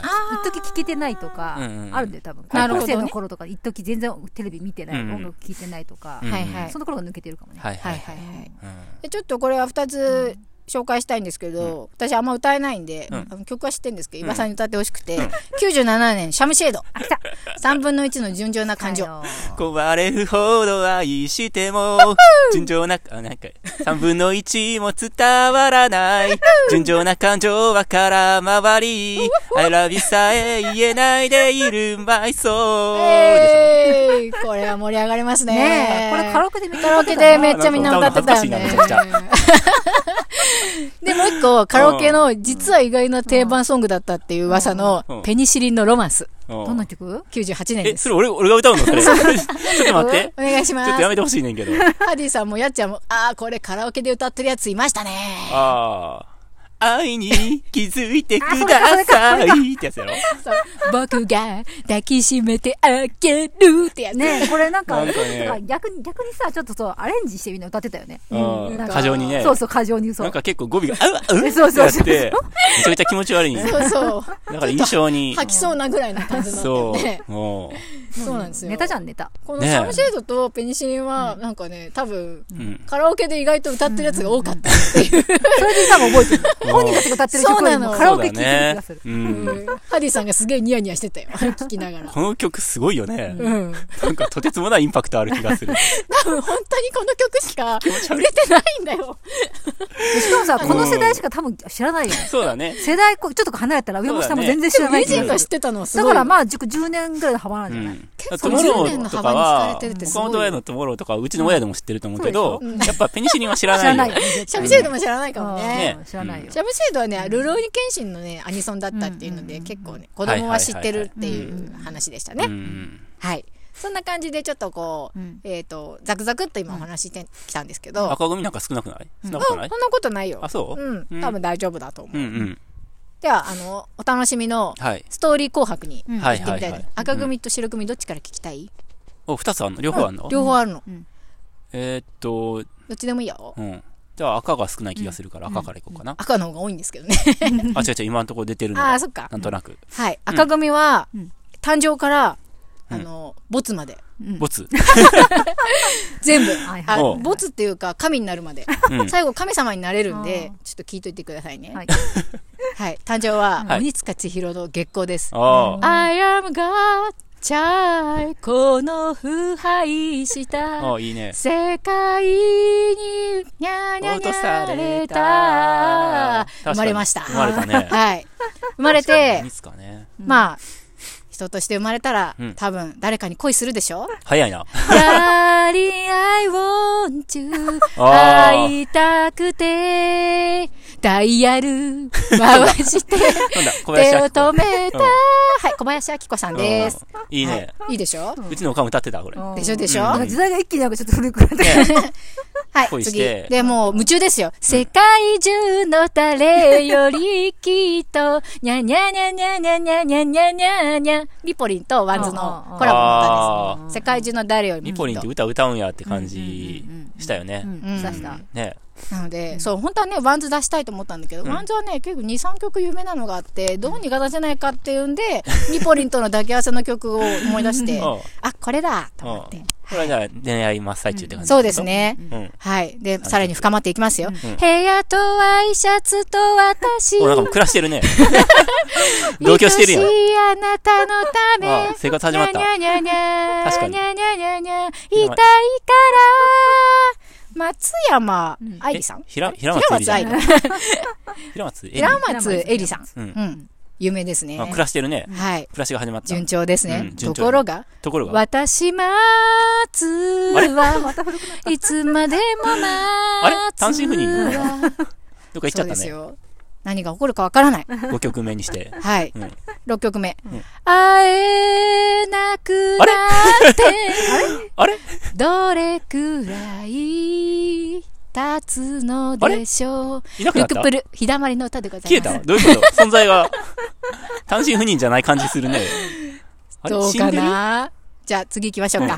Speaker 4: 一時聞けてないとか
Speaker 3: うんうんう、ん
Speaker 4: あるんだよ、多分。
Speaker 1: な
Speaker 4: 高
Speaker 1: るほど
Speaker 4: 校
Speaker 1: ね
Speaker 4: 生の頃とか、一時全然テレビ見てない、
Speaker 3: うんうん
Speaker 4: 音楽聞いてないとか
Speaker 3: う、ん
Speaker 1: はいはい
Speaker 4: その頃が抜けてるかもね。
Speaker 3: はい
Speaker 1: は
Speaker 3: はいい
Speaker 1: は
Speaker 3: はいい、
Speaker 1: はい。
Speaker 3: うん
Speaker 1: でちょっとこれは2つ紹介したいんですけど、私あんま歌えないんで、
Speaker 3: うん
Speaker 1: あの曲は知ってるんですけど、岩さんに歌ってほしくて、97年、シャムシェード。3分の1の純情な感情。
Speaker 4: だよ
Speaker 3: 壊れるほど愛しても、純情な、あ、なんか、三分の一も伝わらない。純情な感情は空回り。I love you さえ言えないでいる my soul でし
Speaker 1: えー、これは盛り上がりますね。
Speaker 4: ねえ、これカラオケで見
Speaker 1: カラオケでめっちゃみんな歌ってたよね
Speaker 3: なんか歌うの恥ず。
Speaker 1: *laughs* で、もう一個、カラオケの実は意外な定番ソングだったっていう噂の
Speaker 3: う、ん
Speaker 1: ペニシリンのロマンス。
Speaker 3: ょ。
Speaker 4: どん
Speaker 3: うん
Speaker 4: な曲
Speaker 1: 98年
Speaker 3: え、
Speaker 1: で
Speaker 3: そ
Speaker 1: す。
Speaker 3: れ俺、俺が歌うのそ
Speaker 4: *laughs*
Speaker 3: れ。ちょっと待って。
Speaker 1: お願いし
Speaker 3: ち
Speaker 1: ま
Speaker 3: ょっとや
Speaker 1: す。
Speaker 3: めてほしいねんけど。
Speaker 1: ハディさんもやっちゃんも、あー、これカラオケで歌ってるやついましたね。
Speaker 3: ああ。愛に気づいてください。ってやつやろ
Speaker 1: 僕が抱きしめてあげるってやつ。
Speaker 4: ねえ、これなんか、
Speaker 3: なんかね
Speaker 4: なんか逆に、逆にさ、ちょっとそう、アレンジしてみんな歌ってたよね。
Speaker 3: うん
Speaker 4: なんか
Speaker 3: 過剰にね
Speaker 4: そうそう、過剰にそ
Speaker 3: なん
Speaker 4: う。
Speaker 3: か結構語尾が、あうわ、うわ
Speaker 4: えそうそうそう
Speaker 3: ってやって、めちゃめちゃ気持ち悪いんよ。
Speaker 1: *laughs* そうそう。
Speaker 3: だから印象に。
Speaker 1: 吐きそうなぐらいの感じになったよ
Speaker 3: そ
Speaker 1: ね。
Speaker 3: う。も
Speaker 1: そうなんですよ。
Speaker 4: ネタじゃん、ネタ。
Speaker 1: この
Speaker 3: ねえ
Speaker 1: サムシェードとペニシリンは、なんかね、多分、
Speaker 3: う。うん。
Speaker 1: カラオケで意外と歌ってるやつが多かったっていう。
Speaker 4: それで多分覚えてる。本人たちが歌ってる曲より
Speaker 1: そうな
Speaker 4: も
Speaker 1: の
Speaker 4: カラオケ聴いてる気がする。
Speaker 3: そうだね。うん。
Speaker 1: ハディさんがすげえニヤニヤしてた
Speaker 4: *laughs*
Speaker 1: よ。聞きながら。
Speaker 3: この曲すごいよね。
Speaker 1: うん。
Speaker 3: なんかとてつもないインパクトある気がする。
Speaker 1: 多分本当にこの曲しか売れてないんだよ。
Speaker 4: しかもさ、この世代しか多分知らないよね。
Speaker 3: *laughs* そうだね。
Speaker 4: 世代、こうちょっと離れたら上も下も全然知らな
Speaker 1: 名
Speaker 4: いと思う
Speaker 1: 人が知ってたのはす
Speaker 4: だ
Speaker 1: ごい。
Speaker 4: からまあ、塾10年ぐらいの幅なん
Speaker 3: う
Speaker 4: じゃない、
Speaker 3: ん。
Speaker 1: 結
Speaker 3: ト
Speaker 1: 構
Speaker 3: モ
Speaker 1: 10
Speaker 3: ロ
Speaker 1: 年の
Speaker 3: ーと
Speaker 1: 幅
Speaker 3: か
Speaker 1: に疲れ
Speaker 3: は
Speaker 1: てるって、す
Speaker 3: 岡
Speaker 1: ごい
Speaker 3: 本
Speaker 1: よ。
Speaker 3: 親のトモローとかはうちの親でも知ってると思うけど、
Speaker 1: そうでしょ
Speaker 3: やっぱペニシリンは知ら
Speaker 4: 知ら
Speaker 3: な
Speaker 4: な
Speaker 3: い
Speaker 4: い
Speaker 3: よ
Speaker 4: よ。。絶
Speaker 1: シャ
Speaker 4: 対
Speaker 1: ムシェードも知らないかもね
Speaker 4: うん。知らないよ。
Speaker 1: シャムシェードはね、ルローニケンシンのね、アニソンだったっていうので、結構ね、子供は知ってるっていう話でした
Speaker 3: う
Speaker 1: ね。
Speaker 3: ん。
Speaker 1: はい。そんな感じで、ちょっとこう
Speaker 4: うん、
Speaker 1: えっと、ザクザクっと今お話ししてきたんですけど、あ、
Speaker 3: 赤組なんか少なくないそんなこと
Speaker 1: そん
Speaker 3: な
Speaker 1: ないことないよ
Speaker 3: あ、。そう
Speaker 1: うん
Speaker 3: う、ん
Speaker 1: 多分大丈夫だと思
Speaker 3: う
Speaker 1: う。
Speaker 3: んうん。
Speaker 1: では、あの、お楽しみの、
Speaker 3: はい。
Speaker 1: ストーリー紅白に
Speaker 4: うん
Speaker 3: は
Speaker 1: 行
Speaker 3: い
Speaker 1: って
Speaker 3: は
Speaker 1: み
Speaker 3: い
Speaker 1: た
Speaker 3: はいい。
Speaker 1: 赤
Speaker 3: うん。
Speaker 1: 組と白組どっちから聞きたい
Speaker 3: お、二つあんの両方あんの
Speaker 1: 両方あるの。
Speaker 3: えーっと、
Speaker 1: どっちでもいいよ。
Speaker 3: うん。じゃあ赤が少ない気がするから赤からいこうかな。
Speaker 1: 赤の方が多いんですけどね。
Speaker 3: あ、違う違う、今のところ出てるの
Speaker 1: あ
Speaker 3: が
Speaker 1: あ、。そっか
Speaker 3: な。んとなく。
Speaker 1: はい。赤組は
Speaker 4: うん、
Speaker 1: 誕生から、
Speaker 3: う
Speaker 1: あ
Speaker 3: ん
Speaker 1: の、没まで。
Speaker 4: うん
Speaker 3: ボツ。
Speaker 1: 全
Speaker 4: *laughs*
Speaker 1: 部。
Speaker 4: はい
Speaker 1: あ
Speaker 4: はい。
Speaker 3: おう
Speaker 1: ボツっていうか神になるまで、
Speaker 3: うん
Speaker 1: 最後神様になれるんで
Speaker 4: あー
Speaker 1: ちょっと聞いといてくださいねは
Speaker 4: はいい、
Speaker 1: 誕生は
Speaker 3: はい
Speaker 1: 鬼塚千尋の月光です、
Speaker 3: ああ。
Speaker 1: I am God child この腐敗した
Speaker 3: ああ、いいね。
Speaker 1: 世界ににゃにゃにゃれた
Speaker 3: 確か
Speaker 1: 生
Speaker 3: に
Speaker 1: まれました
Speaker 3: 生まれたね
Speaker 1: はい生まれて
Speaker 3: いつかね。
Speaker 1: まあ
Speaker 4: 人として生まれたら、
Speaker 3: うん
Speaker 4: 多分誰かに恋するでしょ
Speaker 3: 早いな。
Speaker 1: やり I want you
Speaker 3: あー
Speaker 1: 会いたくてダイヤル回して
Speaker 3: なんだ、小林
Speaker 1: 手
Speaker 3: 明
Speaker 1: を
Speaker 3: 子。
Speaker 1: 止めた
Speaker 3: うん
Speaker 4: はい、小林明子さんです。
Speaker 3: うんいいね。
Speaker 4: はい、いいでしょ
Speaker 3: うちのおかん歌ってた、これ。
Speaker 4: でしょでしょ、
Speaker 1: なんか時代が一気になんかちょっと古くなって。
Speaker 3: ね
Speaker 4: はい、
Speaker 3: 恋し
Speaker 4: 次。
Speaker 3: て
Speaker 4: で、もう夢中ですよ。
Speaker 1: 世界中の誰よりきっ
Speaker 3: *laughs*
Speaker 1: と、にゃにゃにゃにゃにゃにゃにゃにゃにゃにゃ。
Speaker 4: リポリンとワンズのコラボの歌です。世界中の誰よりもき
Speaker 3: ミ
Speaker 4: っと。
Speaker 3: ポリンって歌歌うんやって感じしたよね
Speaker 1: う。ん、出した。
Speaker 3: ね
Speaker 4: なので、そう、本当はね、ワンズ出したいと思ったんだけど、
Speaker 3: うん
Speaker 4: ワンズはね、結構2、3曲有名なのがあって、どうにか出せないかっていうんで、 *laughs* ミポリンとの抱き合わせの曲を思い出して、
Speaker 3: うん
Speaker 4: あ、これだと思って。
Speaker 3: これはじゃあ恋愛真っ最中って感じ
Speaker 4: そうです。ね。
Speaker 3: うん。
Speaker 4: はい。で、さらに深まっていきますよ。
Speaker 3: うん
Speaker 1: 部屋とワイシャツと私。
Speaker 3: お、なんかもう暮らしてるね。同居してるや
Speaker 1: 愛
Speaker 3: ん。
Speaker 1: しいあなたのため。
Speaker 3: あ生活始まった
Speaker 1: にゃにゃにゃにゃ。
Speaker 3: 確かに
Speaker 1: にゃにゃにゃにゃ。痛い
Speaker 3: や
Speaker 1: か
Speaker 3: ばい
Speaker 1: ら。
Speaker 4: 松山愛理さん
Speaker 3: えひら平
Speaker 4: 平
Speaker 3: 松愛理
Speaker 4: 松
Speaker 3: さ
Speaker 4: 愛
Speaker 3: ん
Speaker 4: 理。。
Speaker 3: 平松愛理
Speaker 4: 平松愛理さん。
Speaker 3: う
Speaker 4: うんん。有名ですね
Speaker 3: あ。暮らしてるね。
Speaker 4: はい。
Speaker 3: 暮らしが始まった。
Speaker 4: 順調です
Speaker 3: う
Speaker 4: ね
Speaker 3: ん。順
Speaker 4: と
Speaker 3: 調
Speaker 4: ころが、
Speaker 3: ところが。
Speaker 1: 私待つ
Speaker 3: あれ
Speaker 1: わ。いつまでも待つわ。
Speaker 3: あれ単身赴任どっか行っち
Speaker 4: そ
Speaker 3: ゃ
Speaker 4: う
Speaker 3: っ
Speaker 4: で
Speaker 3: た
Speaker 4: す
Speaker 3: ね。
Speaker 4: よ。何が起こるかわからない。
Speaker 3: 5曲目にして。
Speaker 4: はい。
Speaker 3: うん。
Speaker 4: 6曲目。
Speaker 1: 会えなくなって、
Speaker 3: あれ
Speaker 1: どれくらい経つのでしょう。
Speaker 3: いなくな
Speaker 4: ル
Speaker 3: った
Speaker 4: クプル、日だまりの歌でござ
Speaker 3: 消
Speaker 4: い
Speaker 3: え
Speaker 4: ます
Speaker 3: た。どういうこと存在が。単身赴任じゃない感じするね。あれ
Speaker 4: どう
Speaker 3: 死ん
Speaker 4: か
Speaker 3: でる
Speaker 4: なじゃあ次行きましょうか。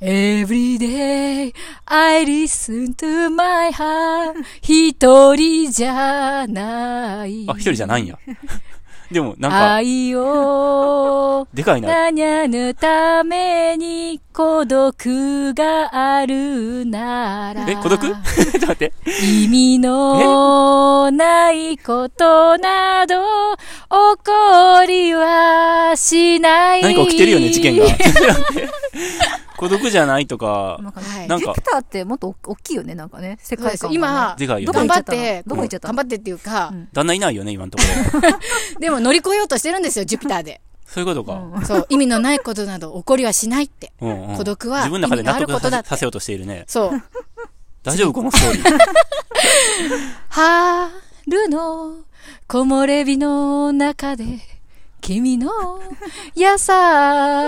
Speaker 1: Every day I listen to my heart 一人じゃない。
Speaker 3: あ、一人じゃないん
Speaker 4: *laughs*
Speaker 3: や。でも、なんか、
Speaker 1: 愛を
Speaker 3: でかいな。
Speaker 1: なにゃぬために孤独があるなら。
Speaker 3: え、孤独 *laughs* ちょっと待って。
Speaker 1: 意味のないことなど起こりはしない。
Speaker 3: 何か起きてるよね、事件が。 *laughs* 孤独じゃないとか、
Speaker 2: なんか
Speaker 4: はい
Speaker 3: なん
Speaker 2: ディ
Speaker 3: か
Speaker 2: レクターってもっと大きいよね、なんかね。世
Speaker 4: そう
Speaker 2: 界
Speaker 4: です
Speaker 2: 観、
Speaker 4: よ
Speaker 2: ね。
Speaker 4: 今、
Speaker 3: でかいよね
Speaker 4: 頑張って、
Speaker 2: どこ行っちゃった
Speaker 4: 頑
Speaker 2: の
Speaker 4: 張ってっていうか、
Speaker 2: うん
Speaker 3: 旦那いないよね、今のところ。
Speaker 4: でも乗り越えようとしてるんですよ、ジュピターで。
Speaker 3: そういうことか。
Speaker 4: そう、意味のないことなど起こりはしないって。
Speaker 3: うんうん
Speaker 4: 孤独は
Speaker 3: 自分の中で納
Speaker 4: 意味があること
Speaker 3: 得
Speaker 4: だ
Speaker 3: さ
Speaker 4: っ
Speaker 3: せ
Speaker 4: て
Speaker 3: させようとしているね。
Speaker 4: そう。
Speaker 3: *laughs* 大丈夫このストーリー。
Speaker 4: *laughs*
Speaker 1: 春の木漏れ日の中で君の優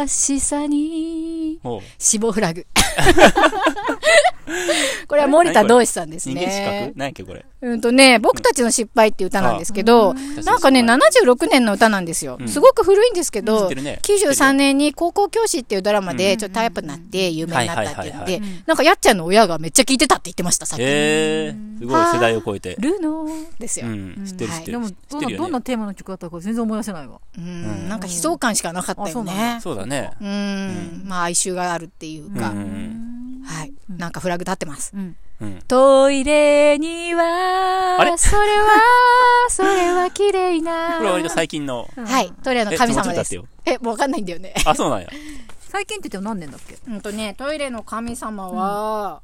Speaker 1: しさに
Speaker 3: もう、
Speaker 4: 死亡フラグ。これは森田同志さんです
Speaker 3: 人間資
Speaker 4: ね
Speaker 3: 格。何やっけ、これ。
Speaker 4: うんとね、僕たちの失敗っていう歌なんですけど、なんかね、76年の歌なんですよ
Speaker 3: う。ん
Speaker 4: すごく古いんですけ
Speaker 3: 知っ
Speaker 4: ど
Speaker 3: て、るね
Speaker 4: 93年に高校教師っていうドラマ
Speaker 3: う
Speaker 4: で、ちょっとタイプになって有名になったっていうん
Speaker 3: はいはい
Speaker 4: で、なんかやっちゃんの親がめっちゃ聞いてたって言ってました、さっき。
Speaker 3: へえー、すごい世代を超えて。
Speaker 1: 春の
Speaker 4: ですよ
Speaker 3: う。ん、知ってる
Speaker 4: は
Speaker 3: 知
Speaker 4: い
Speaker 3: って
Speaker 2: で
Speaker 3: る
Speaker 2: も。
Speaker 3: 知
Speaker 2: ど
Speaker 3: って
Speaker 2: んな、
Speaker 3: るよ
Speaker 2: どん
Speaker 3: ね。
Speaker 2: なテーマの曲だったか全然思い出せないわ。
Speaker 4: うん、なんか悲壮感しかなかった
Speaker 2: あそ
Speaker 4: よ
Speaker 2: うなん
Speaker 4: ね。
Speaker 3: そうだね。
Speaker 4: うん、まあ哀愁があるっていう
Speaker 3: うんう
Speaker 4: か、
Speaker 3: ん
Speaker 4: はい。なんかフラグ立ってます。
Speaker 2: うん。
Speaker 3: うん。
Speaker 1: トイレに
Speaker 3: あ
Speaker 1: は
Speaker 3: れ
Speaker 1: それはそれは綺麗な
Speaker 3: これは割と最近の。
Speaker 4: はい。トイレの神様
Speaker 3: え
Speaker 4: で
Speaker 3: ち
Speaker 4: す
Speaker 3: ょっと。
Speaker 4: え、もうわかんないんだよね。
Speaker 3: あ、そうなんや。
Speaker 2: 最近って言っても何年だっけ
Speaker 4: うんとね、トイレの神様は、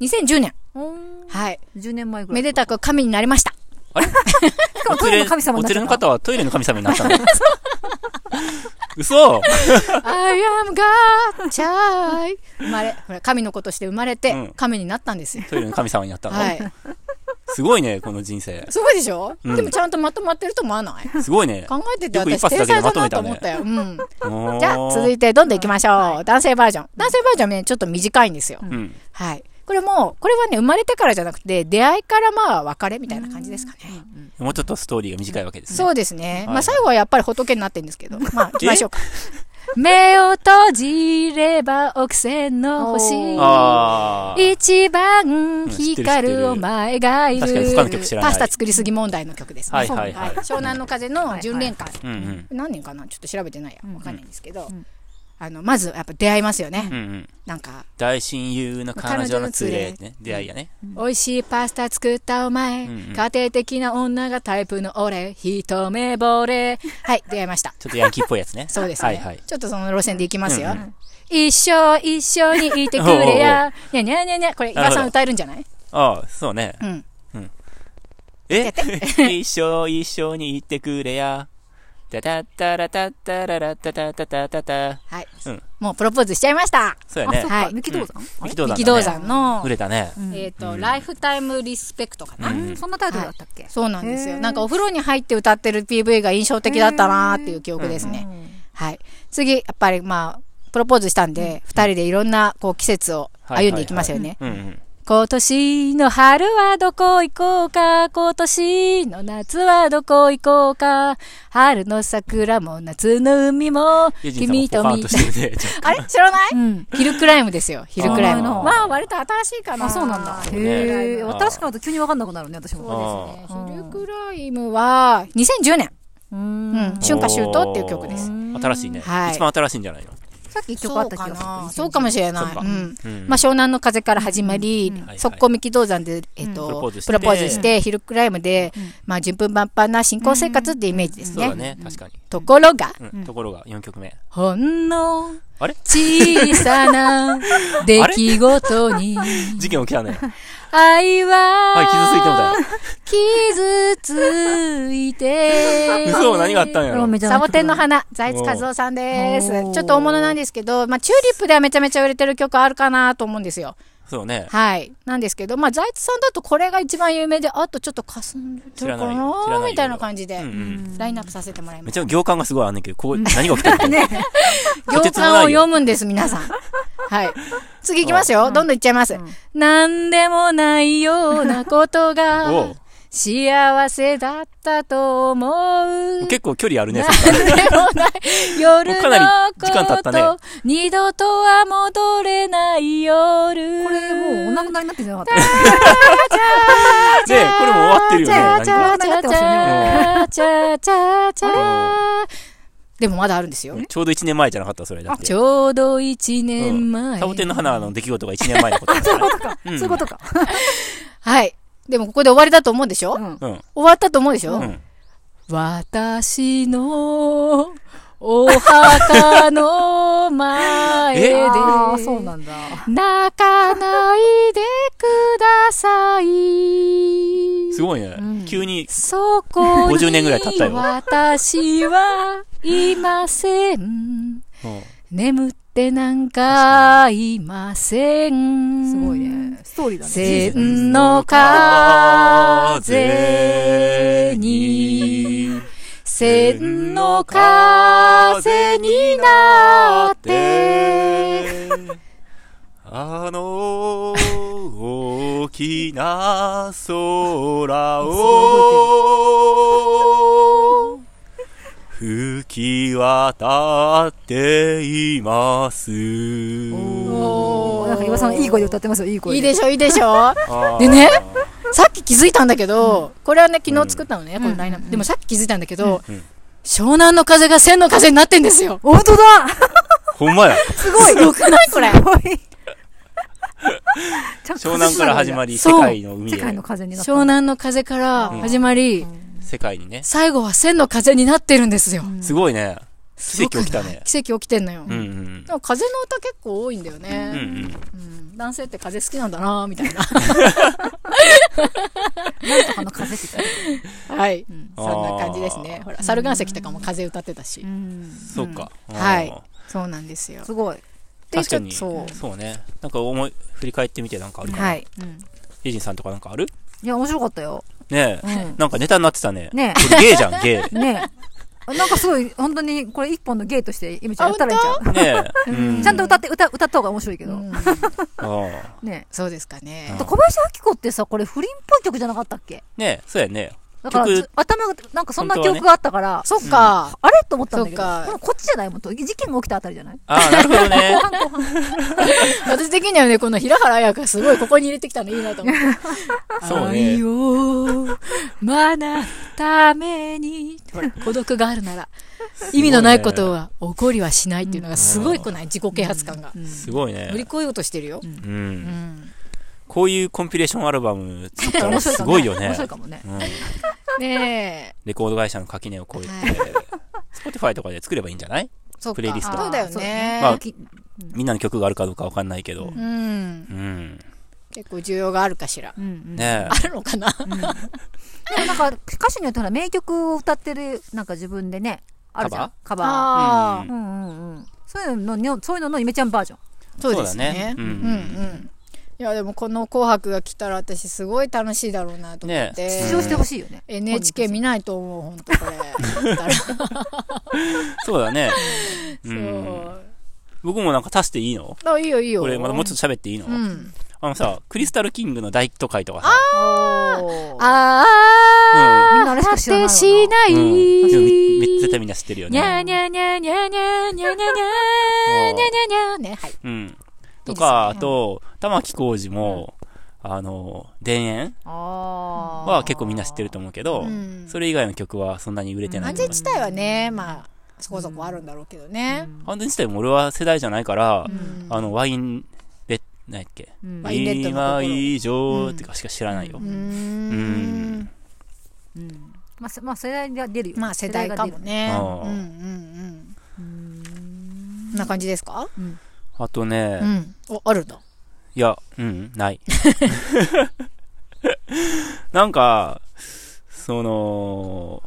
Speaker 4: 2010年。
Speaker 2: お
Speaker 4: はい。
Speaker 2: 10年前ぐら
Speaker 4: め
Speaker 2: い。
Speaker 4: でたく神になりました。
Speaker 2: かもトイレの神様
Speaker 3: お
Speaker 2: になっ
Speaker 3: 連
Speaker 2: ち
Speaker 3: れ
Speaker 2: ゃ
Speaker 3: の
Speaker 2: った
Speaker 3: 方はトイレの神様になったの。
Speaker 4: *laughs*
Speaker 3: 嘘
Speaker 4: I am *laughs* God, child. 生まれ、ほら、神の子として生まれて、
Speaker 3: うん
Speaker 4: 神になったんですよ。
Speaker 3: トイレの神様になったの。
Speaker 4: はい。
Speaker 3: すごいね、この人生。
Speaker 4: すごいでしょ、
Speaker 3: うん
Speaker 4: でもちゃんとまとまってると思わない
Speaker 3: すごいね。
Speaker 4: 考えてて
Speaker 3: よく一
Speaker 4: 私、
Speaker 3: 発だけ
Speaker 4: 天
Speaker 3: で
Speaker 4: 才
Speaker 3: ま
Speaker 4: だ
Speaker 3: とめ
Speaker 4: な
Speaker 3: た
Speaker 4: と
Speaker 3: ね
Speaker 4: 思ったよ。うん。
Speaker 3: じ *laughs*
Speaker 4: じゃあ、続い
Speaker 3: て。
Speaker 4: て、どんどんいきましょう。男性バージョン。男性バージョンね、ちょっと短いんですよ。
Speaker 3: うん。
Speaker 4: はい。これも、これはね、生まれてからじゃなくて、出会いからまあ、別れみたいな感じですかね。
Speaker 3: もうちょっとストーリーが短いわけですね。
Speaker 4: そうですね。
Speaker 3: はい
Speaker 4: まあ、最後はやっぱり仏になってるんですけど。
Speaker 3: *laughs*
Speaker 4: まあ、行きましょうか。
Speaker 1: 目を閉じれば億千の星
Speaker 4: お
Speaker 3: ああ。
Speaker 1: 一
Speaker 3: ん
Speaker 1: 番
Speaker 3: 知ってる
Speaker 1: 光るお前がいる
Speaker 3: 確かに他の曲知らない。
Speaker 4: パスタ作りすぎ問題の曲ですね。
Speaker 3: はいはいはい。
Speaker 4: 湘南の風の純恋会。
Speaker 3: うんうん。
Speaker 4: 何年かなちょっと調べてないや。わかんないんですけど
Speaker 2: ん。
Speaker 4: あの、まずやっぱ出会いますよ
Speaker 3: う
Speaker 4: ね。
Speaker 3: んうん。
Speaker 4: なんか、
Speaker 3: 大親友の彼女の連れ、ね、出会いやね。
Speaker 4: 美味しいパスタ作ったお前、
Speaker 3: うんうん
Speaker 4: 家庭的な女がタイプの俺、一目惚れ。はい、出会いました。。
Speaker 3: ちょっとヤンキーっぽいやつね
Speaker 4: そうですね。
Speaker 3: はいはい。
Speaker 4: ちょっとその路線で行きますよ。
Speaker 3: うんう
Speaker 4: 一生一緒にいてくれや。にゃにゃにゃにゃ。これ、伊
Speaker 3: なる
Speaker 4: 賀
Speaker 3: ほど
Speaker 4: さん歌えるんじゃない
Speaker 3: ああ、そうね。
Speaker 4: うん。
Speaker 3: *laughs* え一緒一緒に行ってくれや。タタッタラタッタララタタタタタタ。
Speaker 4: はい。
Speaker 3: うん
Speaker 4: もうプロポーズしちゃいました。
Speaker 3: そうや
Speaker 2: あ、そっ
Speaker 3: ね。
Speaker 2: か
Speaker 4: は。い
Speaker 2: 三木道山あれ
Speaker 3: 道山だね
Speaker 4: 力道山の
Speaker 3: 売、れたね。
Speaker 2: うん
Speaker 4: えっ、と、ライフタイムリスペクトかな。
Speaker 2: うんそんなタイトルだったっけ
Speaker 4: そうなんです
Speaker 2: へ
Speaker 4: よ。
Speaker 2: ー
Speaker 4: なんかお風呂に入って歌ってる PV が印象的だったなーっていう記憶ですね。はい。次、やっぱりまあ、プロポーズしたんで、二、人でいろんなこう季節を歩んでいきますよね。
Speaker 3: うんうん。
Speaker 1: 今年の春はどこ行こうか今年の夏はどこ行こうか春の桜も夏の海も
Speaker 3: ユージンさんも
Speaker 1: 君と
Speaker 3: ポカーン
Speaker 1: 見
Speaker 3: と
Speaker 1: た
Speaker 3: してるね。ちょっ
Speaker 4: *laughs*
Speaker 3: と
Speaker 4: あれ知らない
Speaker 1: うん
Speaker 4: ヒルクライムですよ、ヒルクライム。
Speaker 3: 知らないな
Speaker 4: まあ、割と新しいかな。
Speaker 2: あ、そうなんだ。
Speaker 3: そうね
Speaker 2: へえ。新しくなると急にわかんなくなるね、私も。
Speaker 3: あー
Speaker 4: ヒルクライムは、2010年。
Speaker 2: う
Speaker 4: うんん、春夏秋冬っていう曲です。
Speaker 3: 新しいね。
Speaker 4: はい
Speaker 3: 一番新しいんじゃないの
Speaker 2: さっき一曲
Speaker 4: そ
Speaker 2: あ
Speaker 4: う
Speaker 2: った気
Speaker 4: か
Speaker 2: がす
Speaker 4: な。
Speaker 2: る。
Speaker 4: そうかもしれない。
Speaker 3: そっか
Speaker 4: うん。
Speaker 3: うん
Speaker 4: まあ、湘南の風から始まり、
Speaker 3: ん
Speaker 4: 速攻三木銅山で、えっと、
Speaker 3: プロポーズして
Speaker 4: プロポーズして、ヒルクライムで、まあ、順風満帆な新婚生活ってイメージです
Speaker 3: そう
Speaker 4: ね。
Speaker 3: だね。確かに。
Speaker 4: ところが、
Speaker 3: うんところが、4曲目。
Speaker 1: ほんの
Speaker 3: あれ
Speaker 1: 小さ
Speaker 3: *laughs*
Speaker 1: な出来事に
Speaker 3: 事件起き
Speaker 4: *laughs*
Speaker 3: たね。
Speaker 1: 愛
Speaker 3: はい、傷ついてもだ
Speaker 1: は
Speaker 3: よ。
Speaker 1: 傷ついて
Speaker 3: *laughs* 嘘何があったんやろ。
Speaker 4: サボテンの
Speaker 2: 花。
Speaker 4: 花、財津和夫さんで
Speaker 2: お
Speaker 4: す
Speaker 2: ー。
Speaker 4: ちょっと大物なんですけど、まあ、チューリップではめちゃめちゃ売れてる曲あるかなと思うんですよ。
Speaker 3: そうね。
Speaker 4: はい。なんですけど、まあ、財津さんだとこれが一番有名で、あとちょっと霞んでる
Speaker 3: 知らな
Speaker 4: か
Speaker 3: いよ知らない
Speaker 4: な
Speaker 3: よ
Speaker 4: みたいな感じで
Speaker 3: うんう、ん。
Speaker 4: ラインナップさせてもらい
Speaker 3: め
Speaker 4: ま
Speaker 3: っ
Speaker 4: す。
Speaker 3: ちゃ行間がすごいあんねんけど、ここ、何が起きたの
Speaker 4: 行
Speaker 3: とてつも
Speaker 4: 間を
Speaker 3: ないよ
Speaker 4: 読むんです、皆
Speaker 3: *laughs*
Speaker 4: さん。はい。次行きますよ。どんどん行っちゃいます。
Speaker 1: 何でもないようなこと
Speaker 3: *laughs* お
Speaker 1: が
Speaker 3: う
Speaker 1: 幸せだったと思う
Speaker 3: 結構距離あるね。
Speaker 1: 夜
Speaker 3: もうかなり
Speaker 1: の
Speaker 3: 時間経っ
Speaker 1: こ
Speaker 3: たね
Speaker 1: と二度とは戻れない夜
Speaker 2: これもうお亡くなりになってんじゃなかっ
Speaker 3: で、これも終わってるよね。何
Speaker 1: チャ
Speaker 3: か
Speaker 1: ーチャーチャーチャーチャーチャー
Speaker 4: でもまだあるんですよ。
Speaker 3: ちょうど1年前じゃなかった、それだって
Speaker 1: ち。ょうど一年
Speaker 3: うん
Speaker 1: 前
Speaker 3: サボテンの花の出来事が1年前のことだから
Speaker 2: た。そういうことか。
Speaker 4: はい。でもここで終わりだと思うでしょ、
Speaker 2: うん
Speaker 3: うん。
Speaker 4: 終わったと思うでしょ、
Speaker 3: うん。
Speaker 1: 私のお墓の前で
Speaker 3: え
Speaker 2: *laughs* *laughs* ああ、そうなんだ。
Speaker 1: 泣かないでください
Speaker 3: すごいね。急に、
Speaker 1: そこに
Speaker 3: 50年ぐらい経ったよ
Speaker 1: 私はいません。
Speaker 3: うん
Speaker 1: 眠ってなんかいません。
Speaker 2: すごい。ね。ストーリーだね。
Speaker 1: 千の風に、千の風になって、
Speaker 3: あの大きな空を吹き渡っています。
Speaker 2: おーなんか岩さん、いい声で歌ってますよ、いい声
Speaker 4: いいで
Speaker 2: し
Speaker 4: しょ、いいでしょ
Speaker 3: あー
Speaker 4: でね、さっき気づいたんだけど、これはね、昨日作ったのね、このラインナップ。でもさっき気づいたんだけど、
Speaker 3: うん
Speaker 4: 湘南の風が千の風になってんですよ。
Speaker 2: ょ。本当だ *laughs*
Speaker 3: ほんまや。
Speaker 2: すごい
Speaker 4: よくないこれ。
Speaker 2: すごい。
Speaker 3: 湘南から始ま
Speaker 2: り。
Speaker 3: り、世
Speaker 4: そう
Speaker 3: 界の海
Speaker 2: 世界
Speaker 3: へ
Speaker 2: の。風になった。
Speaker 4: 湘南の風から始まり、
Speaker 3: 世界にね。
Speaker 4: 最後は千の風になってるんですよ。
Speaker 3: すごいね。奇跡起きたね。
Speaker 4: 奇跡起きてんのよ。
Speaker 3: うんうん
Speaker 4: で。も風の歌結構多いんだよ
Speaker 3: うんう
Speaker 4: ね。
Speaker 3: ん。
Speaker 4: うん男性って風好きなんだなみたいな。
Speaker 2: なんとかの風って言った
Speaker 4: *laughs* はい、
Speaker 3: あー
Speaker 4: そんな感じですね。ほら、猿岩石とかも風歌ってたし。
Speaker 2: うん
Speaker 3: そうか。
Speaker 4: はい
Speaker 3: あー。
Speaker 4: そうなんですよ。
Speaker 2: すごい。
Speaker 4: で
Speaker 3: 確かに
Speaker 4: ちょっと
Speaker 3: そうねなんか思い振り返ってみてなんかあるかな、
Speaker 4: はい。
Speaker 3: イージンさんとかなんかある
Speaker 2: いや、面白かったよ。
Speaker 3: ねえ、
Speaker 2: うん
Speaker 3: なんかネタになってたね
Speaker 2: ね
Speaker 3: これゲイじゃんゲ
Speaker 2: え。ねえ。なんかすごい、本当に、これ一本の芸として、今ちゃん歌ったらいい
Speaker 3: イねえ、
Speaker 2: じゃ。
Speaker 3: うん
Speaker 2: ちゃんと歌って、歌、歌った方が面白いけ
Speaker 4: う
Speaker 2: ど。
Speaker 4: ん
Speaker 3: ああ
Speaker 2: ねえ。
Speaker 4: そうですか
Speaker 3: う
Speaker 4: ね
Speaker 3: ん
Speaker 2: あ。と小林明子ってさ、これ不倫っぽい曲じゃなかったっけ
Speaker 3: ねえそうやね
Speaker 2: だから
Speaker 3: 曲
Speaker 2: ず、頭が、なんかそんな
Speaker 3: 本
Speaker 2: 記
Speaker 3: 当はね
Speaker 2: 憶があったから、
Speaker 4: そっか。
Speaker 2: あれと思ったんだけど、
Speaker 4: そうか
Speaker 2: このこっちじゃないもんと、事件が起きたあたりじゃない
Speaker 3: ああなるほどね
Speaker 4: 私的にはね、この平原綾香すごいここに入れてきたのいいなと思 *laughs* って。
Speaker 3: そう
Speaker 1: 愛
Speaker 3: ね
Speaker 1: を学ぶために、ほら孤独があるなら、 *laughs* 意味のないことは起こりはしないっていうのがすごいこない自己啓発感が。
Speaker 3: すごい
Speaker 4: 乗り
Speaker 3: ね、
Speaker 4: 越えようとしてるよ。
Speaker 3: うん
Speaker 4: うん。
Speaker 3: こういうコンピレーションアルバム作った
Speaker 2: 面
Speaker 3: ら
Speaker 2: 白い
Speaker 3: す
Speaker 2: かもね
Speaker 3: ごいよね
Speaker 2: 面白いかもね。
Speaker 3: うん、 *laughs*
Speaker 4: ねえ。
Speaker 3: レコード会社の垣根を越えて Spotify とかで作ればいいんじゃない
Speaker 4: そうか。
Speaker 3: プレイリスト
Speaker 4: そうだよね。
Speaker 3: まあ
Speaker 2: き
Speaker 3: みんなの曲があるかどうかわかんないけど
Speaker 4: う。
Speaker 3: うんん
Speaker 4: 結構需要があるかしら。
Speaker 2: うんうんで
Speaker 3: ねえ
Speaker 4: あるのかな
Speaker 2: もなんか、歌手によってほら、名曲を歌ってる、なんか自分でね、あるじゃんカバ
Speaker 4: *laughs* あ
Speaker 2: ーうんうんうんそういうののそういうののイメちゃんバージョン
Speaker 4: あ、そうです
Speaker 3: そうだね
Speaker 4: ね。
Speaker 3: う
Speaker 4: うんんうん。いや、でもこの紅白が来たら私すごい楽しいだろうなと思っ
Speaker 3: ね
Speaker 2: 出
Speaker 4: て。
Speaker 2: 場してほしいよね
Speaker 4: NHK 見ないと思う、本当これ。だから
Speaker 3: そうだね。う
Speaker 4: そ
Speaker 3: ん。
Speaker 4: う。
Speaker 3: 僕もなんか足していいの
Speaker 4: あ、いいよいいよ。
Speaker 3: これまたもうちょっと喋っていいの
Speaker 4: うん。
Speaker 3: あのさ、クリスタルキングの大都会とかさ。
Speaker 2: あ
Speaker 1: あ
Speaker 3: あ
Speaker 2: みんなあれしか知らないよな
Speaker 1: しない。
Speaker 3: うん。うんめ
Speaker 1: に
Speaker 3: 絶対みんな知ってるよね。
Speaker 1: ゃにゃにゃにゃにゃにゃにゃにゃにゃにゃにゃにゃね。はい。
Speaker 3: うん。と
Speaker 2: い
Speaker 3: か、あ
Speaker 2: いですね
Speaker 3: と、玉置浩二も、あの、田園
Speaker 2: あー
Speaker 3: は結構みんな知ってると思うけど、
Speaker 4: うん
Speaker 3: それ以外の曲はそんなに売れてないと
Speaker 4: 安全
Speaker 3: 思う。
Speaker 4: 地帯はね、まあ、そこそこあるんだろうけどね。
Speaker 3: 安全自体も俺は世代じゃないから、
Speaker 4: うん
Speaker 3: あの、ワインベッ、何やっけ、
Speaker 2: うん
Speaker 4: ワインレッドの
Speaker 3: 今
Speaker 4: 心
Speaker 3: 以上ってかしか知らないよ。
Speaker 4: うー
Speaker 3: うんん。
Speaker 2: うんまあせまあ世代が出るよ
Speaker 4: まあ世代かもね。
Speaker 3: 世代
Speaker 4: う
Speaker 3: が出る
Speaker 4: んうんうん。な感じですか
Speaker 3: あとね、
Speaker 4: うん。お、あるんだ。
Speaker 3: いや、うん、ない。 *laughs* なんか、その、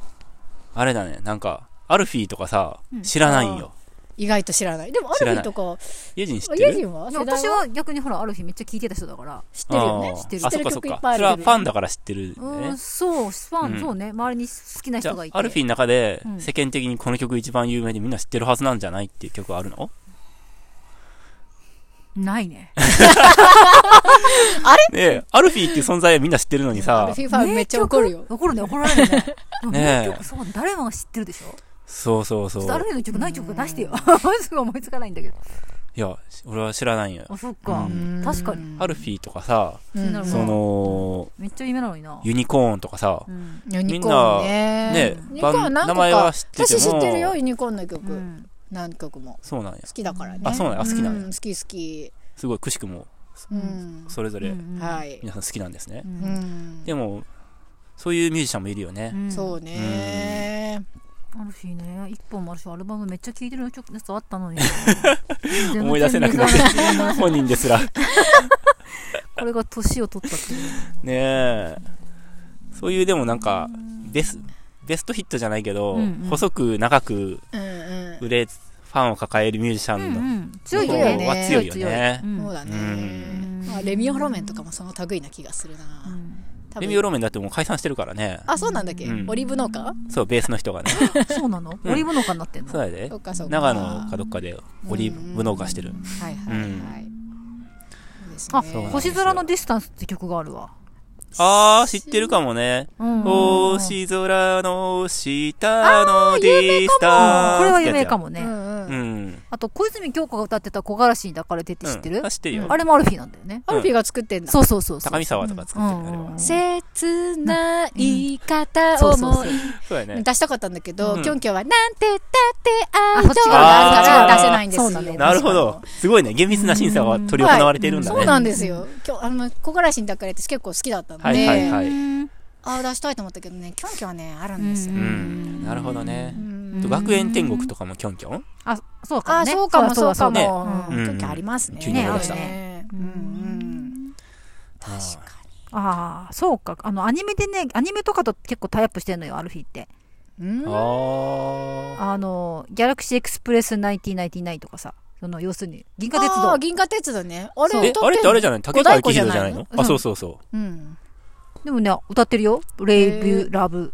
Speaker 3: あれだね、なんか、アルフィーとかさ、知らないんよ。
Speaker 4: 意外と知らない。でも、ア
Speaker 3: 知ら
Speaker 4: ル
Speaker 3: な
Speaker 4: フ
Speaker 3: い
Speaker 4: ィとか、
Speaker 3: 家人知っ
Speaker 4: あ
Speaker 3: て
Speaker 4: 家
Speaker 3: る
Speaker 4: 人は
Speaker 2: 世
Speaker 4: 世
Speaker 2: 代は
Speaker 4: 代
Speaker 2: 私は逆にほらある日めっちゃ聞いてた人だから
Speaker 4: 知ってるよね
Speaker 3: あー
Speaker 4: 知ってる
Speaker 3: あ、そっ
Speaker 4: 知っ
Speaker 3: て
Speaker 4: る
Speaker 3: かそっ
Speaker 4: 曲いっ
Speaker 3: か。
Speaker 4: ぱいあ
Speaker 3: そ
Speaker 4: る
Speaker 3: れはファンだから知ってる
Speaker 2: う
Speaker 3: ね
Speaker 2: ん。そうファ
Speaker 3: う
Speaker 2: ン
Speaker 3: ん
Speaker 2: そうね周りに好きな
Speaker 3: じゃ
Speaker 2: 人
Speaker 3: あ
Speaker 2: がい、て
Speaker 3: アルフィーの中で
Speaker 2: うん
Speaker 3: 世間的にこの曲一番有名でみんな知ってるはずなんじゃないっていう曲はあるの
Speaker 4: *laughs*
Speaker 2: ないね
Speaker 3: ねえ、アルフィーっていう存在はみんな知ってるのに
Speaker 4: アル
Speaker 3: さ
Speaker 4: フ、ィファンめっちゃ怒るよ。
Speaker 2: 怒るね怒
Speaker 3: *laughs*
Speaker 2: られるねうん
Speaker 3: ねえ
Speaker 2: 名曲そう誰もが知ってるでしょ
Speaker 3: そうそうそ
Speaker 2: ちょっとある
Speaker 3: う。
Speaker 2: 日の曲ない曲出してよ。 *laughs* すぐ思いつかないんだけど。
Speaker 3: いや、し俺は知らないんよ。
Speaker 2: あ、そっか
Speaker 3: う。
Speaker 2: 確かに。
Speaker 3: アルフィーとかさ、
Speaker 4: うん
Speaker 2: うん
Speaker 3: その、
Speaker 2: めっちゃ夢なのにな。
Speaker 3: ユニコーンとかさ、
Speaker 2: うん。
Speaker 4: ユニコーンね。
Speaker 3: ね
Speaker 4: ユニコーンは何個
Speaker 3: 名前
Speaker 4: か
Speaker 3: は知っ。てても
Speaker 4: 私知ってるよ、ユニコーンの
Speaker 2: う
Speaker 4: 曲。
Speaker 2: ん
Speaker 4: 何曲も。
Speaker 3: そうなんや。
Speaker 4: 好きだからね。
Speaker 3: あそうなんやあ好きなんや
Speaker 4: う好き好き。
Speaker 3: すごい、くしくも、
Speaker 4: うん。
Speaker 3: それぞれ
Speaker 2: うん
Speaker 4: はい。
Speaker 3: 皆さん好きなんですね
Speaker 2: う。
Speaker 4: うんん。
Speaker 3: でも、そういうミュージシャンもいるよね。
Speaker 2: うん
Speaker 4: そうね。
Speaker 2: あるしね、一本もあるし、アルバムめっちゃ聴いてる曲やつあったのに。
Speaker 3: *laughs* 思い出せなくなる
Speaker 2: 全然思い出せない
Speaker 3: 本人ですら。
Speaker 2: *laughs* これが年を取ったっていう。
Speaker 3: ねえ。そういう、でもなんか、ベス、ベストヒットじゃないけど、
Speaker 2: うんうん
Speaker 3: 細く長く
Speaker 4: うんうん。
Speaker 3: 売れ、ファンを抱えるミュージシャ
Speaker 2: う
Speaker 3: ンの
Speaker 2: んうん。強いよ
Speaker 4: そう
Speaker 2: ね。
Speaker 3: 強いよ
Speaker 4: は
Speaker 3: ね
Speaker 2: 強い強い
Speaker 4: そうだね
Speaker 3: うん。
Speaker 4: まあレミオロメンとかもその類な気がする
Speaker 2: う
Speaker 4: な。
Speaker 2: ん
Speaker 4: 多分
Speaker 3: レミオロメンだってもう解散してるからね。
Speaker 4: あ、そうなんだっけ
Speaker 3: うん
Speaker 4: オリーブ農家
Speaker 3: そう、ベースの人がね。
Speaker 2: *laughs* うんそうなの
Speaker 3: うん
Speaker 2: オリーブ農家になってんの
Speaker 3: そうやで
Speaker 4: そっ。かそっか。
Speaker 3: 長野かどっかでオリーブ農家してる。
Speaker 4: はいはいはい。
Speaker 2: あ、
Speaker 4: そうですね
Speaker 2: 星空のディスタンスって曲があるわ。
Speaker 3: あー、知ってるかもね。
Speaker 2: うん
Speaker 3: 星空の下のディス
Speaker 2: うん
Speaker 3: タンス。
Speaker 2: これは夢か
Speaker 3: も。
Speaker 2: も
Speaker 4: う
Speaker 2: ね。
Speaker 4: ん
Speaker 3: う
Speaker 4: うん。
Speaker 3: ん。
Speaker 2: あと、小泉今日子が歌ってた木枯らしに抱かれてって知ってる
Speaker 3: うんあ知ってるよ
Speaker 2: うんあれもアルフィーなんだよね。
Speaker 4: アルフィーが作ってんだ。
Speaker 2: そうそうそうそう。
Speaker 3: 高見沢とか作ってるねあれ
Speaker 2: うん
Speaker 3: は。
Speaker 1: 切ない片
Speaker 2: そうそう
Speaker 1: 思
Speaker 2: そう
Speaker 1: い。
Speaker 3: そうやね。
Speaker 4: 出したかったんだけど、
Speaker 3: うん
Speaker 4: キョンキョンは、なんてだって愛情
Speaker 3: が
Speaker 4: が
Speaker 3: あ
Speaker 4: あ
Speaker 3: る
Speaker 4: る
Speaker 3: から
Speaker 4: から出せないんですよ。
Speaker 2: そうだね
Speaker 3: なるほど。すごいね。厳密な審査が取り行われてるんだ
Speaker 4: そう
Speaker 3: ね。
Speaker 4: なんですよ。今日、あの、木枯らしに抱かれて結構好きだったの
Speaker 3: はいはい
Speaker 4: で、
Speaker 3: はい。
Speaker 4: ああ、出したいと思ったけどね、キョンキョンはね、あるんですよ
Speaker 3: う
Speaker 2: う。
Speaker 3: ん。
Speaker 2: ん
Speaker 3: なるほどね
Speaker 4: う。ん
Speaker 3: と学園天国とかもキョンキョン
Speaker 2: あ、そうか
Speaker 4: あ
Speaker 2: も
Speaker 4: あ、
Speaker 2: ね。
Speaker 4: そうかも、そうか
Speaker 2: だだ
Speaker 4: も。
Speaker 2: う
Speaker 4: うんんキョンキョンありますね。
Speaker 3: 急に
Speaker 2: 思い出した
Speaker 4: ねうんうん。確か
Speaker 2: ああ、そうか。あの、アニメでね、アニメとかと結構タイアップしてんのよ、アルフィーって。
Speaker 4: に。うん
Speaker 3: あー。
Speaker 2: あの、ギャラクシーエクスプレス1999とかさ、その、要するに、銀河鉄
Speaker 4: あ
Speaker 2: 道
Speaker 4: ー。銀河鉄道ね。あ
Speaker 2: そう
Speaker 4: れ、
Speaker 3: え、あれってあれじゃない竹川貴弘じゃないの
Speaker 4: 五
Speaker 3: あ、そうそうそう。
Speaker 4: ゃうん。
Speaker 2: でもね、歌ってるよ。レイブ、
Speaker 4: へえ
Speaker 2: ラブ。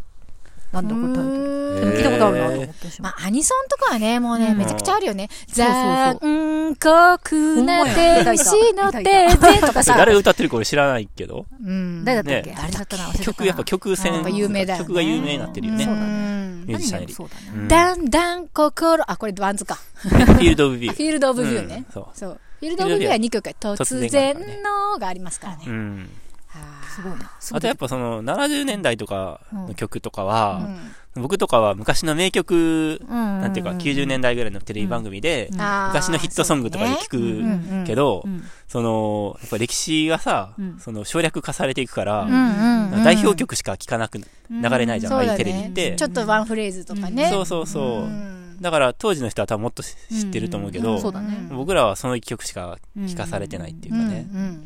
Speaker 2: なんだこれタイトル。
Speaker 4: う
Speaker 2: で
Speaker 4: ん
Speaker 2: も聞いたことあるなと思ってしま
Speaker 4: ま
Speaker 2: う。
Speaker 4: あ、アニソンとかはね、もうね、
Speaker 2: うん
Speaker 4: めちゃくちゃあるよね。
Speaker 2: うそう
Speaker 4: 残酷な天 *laughs* 使
Speaker 2: ほ
Speaker 4: の
Speaker 2: んまや
Speaker 4: テーゼとか
Speaker 3: それ
Speaker 4: さ。
Speaker 3: 誰が歌ってるか俺知らないけど。
Speaker 4: うん。
Speaker 2: 誰だったっけ
Speaker 3: ね
Speaker 2: 誰だったな忘れちゃった
Speaker 3: 曲、
Speaker 2: な
Speaker 3: やっぱ曲線。
Speaker 2: やっぱ
Speaker 4: 有名だよね
Speaker 3: 曲が有名になってるよね
Speaker 2: そう。だ
Speaker 4: ね
Speaker 3: ミュージシャンより
Speaker 2: 何よりそうだね。
Speaker 3: うん
Speaker 4: だんだん心、あ、これバンズか。
Speaker 3: フィールド・オブ・ビュ
Speaker 4: フ
Speaker 3: ー。
Speaker 4: ィールド・オブ・ビューね
Speaker 3: うん。そう。
Speaker 4: そう。フィールド・オブ・ビューは2曲や突然のがありますから
Speaker 3: う
Speaker 4: ね。
Speaker 3: ん。
Speaker 2: すごいな。すごい
Speaker 3: あとやっぱその70年代とかの曲とか
Speaker 4: う
Speaker 3: は、
Speaker 4: ん
Speaker 3: 僕とかは昔の名曲、
Speaker 2: な
Speaker 3: なんていうか90年代ぐらいのテレビ番組で、
Speaker 2: うん
Speaker 4: あー
Speaker 3: 昔のヒットソングとかで聞くけど、その、やっぱ歴史がさ
Speaker 2: う、ん
Speaker 3: その省略化されていくから
Speaker 4: そう、ねうんうん。
Speaker 3: 代表曲しか聴かなく、流れないじゃん、
Speaker 4: そう
Speaker 3: ああい
Speaker 4: だ
Speaker 3: うテレビっ
Speaker 4: ね。
Speaker 3: て
Speaker 4: ち。ょっとワンフレーズとかね。
Speaker 3: そうそうそうう。
Speaker 4: ん
Speaker 3: だから当時の人は多分もっと知知ってると思うけ
Speaker 2: うん
Speaker 3: ど
Speaker 2: そう、だね
Speaker 4: うん
Speaker 3: 僕らはその一曲しか聞かされてないっていうかね。
Speaker 4: うんうん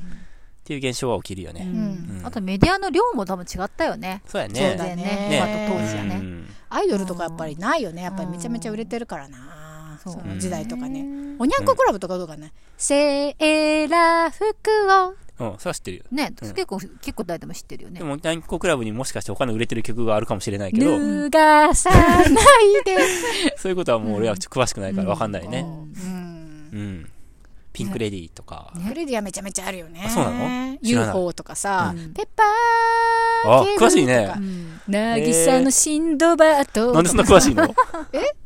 Speaker 3: っていう現象は起きるよ
Speaker 2: う
Speaker 3: ね。
Speaker 2: ん
Speaker 3: うん
Speaker 2: あとメディアの量も多分違ったよね。
Speaker 3: そうやね。
Speaker 4: そうだよね
Speaker 2: ね今と当時は
Speaker 3: う
Speaker 2: ね。
Speaker 3: ん
Speaker 4: アイドルとかやっぱりないよねやっぱりめちゃめちゃ売れてるからな
Speaker 2: うん
Speaker 4: その時代とかね
Speaker 2: ね。
Speaker 4: おにゃんこクラブとかどうかね
Speaker 2: セーラー服を。
Speaker 3: うん、それは知ってるよ。
Speaker 2: ね、
Speaker 3: うん
Speaker 2: 結構、結構誰でも知ってるよね
Speaker 3: で。も、南国クラブにもしかして他の売れてる曲があるかもしれないけど、
Speaker 2: 脱がさないで。
Speaker 3: そういうことはもう俺はちょっと詳しくないからわかんないね。
Speaker 4: うん
Speaker 3: うん。ピンクレディーとか。
Speaker 4: フレディはめちゃめちゃあるよね
Speaker 3: あそうなの知らない
Speaker 4: UFO とかさ
Speaker 2: うん
Speaker 4: ペッパ
Speaker 3: あ
Speaker 4: ーケ、ーブルとか
Speaker 3: 詳しいね。
Speaker 1: なぎさのシンドバッド
Speaker 3: なんでそんな詳しいの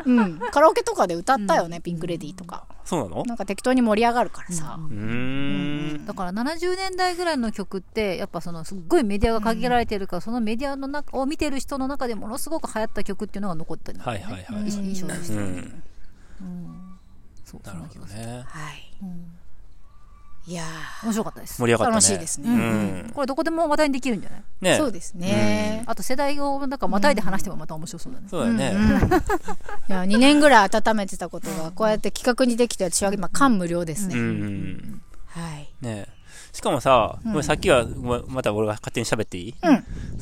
Speaker 4: うんカラオケとかで歌ったよねピンクレディーとか
Speaker 3: そうなの
Speaker 4: なんか適当に盛り上がるからさ
Speaker 3: うーん。
Speaker 2: だから70年代ぐらいの曲ってやっぱそのすっごいメディアが限られてるから、そのメディアの中を見てる人の中でものすごく流行った曲っていうのが残ってるんだ
Speaker 3: はい
Speaker 2: よね、
Speaker 3: はいはい。
Speaker 2: 印象とし
Speaker 3: う
Speaker 2: て、うん
Speaker 3: ん。
Speaker 2: そう
Speaker 3: な
Speaker 2: そ
Speaker 3: る
Speaker 2: んな
Speaker 3: ほ
Speaker 2: 気
Speaker 3: ど
Speaker 2: がする、
Speaker 3: ね。
Speaker 4: はい
Speaker 2: うん
Speaker 4: いや
Speaker 2: 面白かったです
Speaker 3: 盛り上がったね。
Speaker 4: 楽しいですね
Speaker 3: うん。
Speaker 2: これどこでも話題にできるんじゃない
Speaker 4: ー
Speaker 3: ね
Speaker 4: そうですね
Speaker 2: あと世代をなんかまたいで話してもまた面白そうだね、
Speaker 3: そうだよ
Speaker 4: う
Speaker 3: ね。
Speaker 4: ん *laughs* いや2年ぐらい温めてたことがこうやって企画にできて私は今感無量ですね、
Speaker 3: うんうん。
Speaker 4: はい
Speaker 3: ねしかもさ、これさっきは、ごめんまた俺が勝手に喋っていい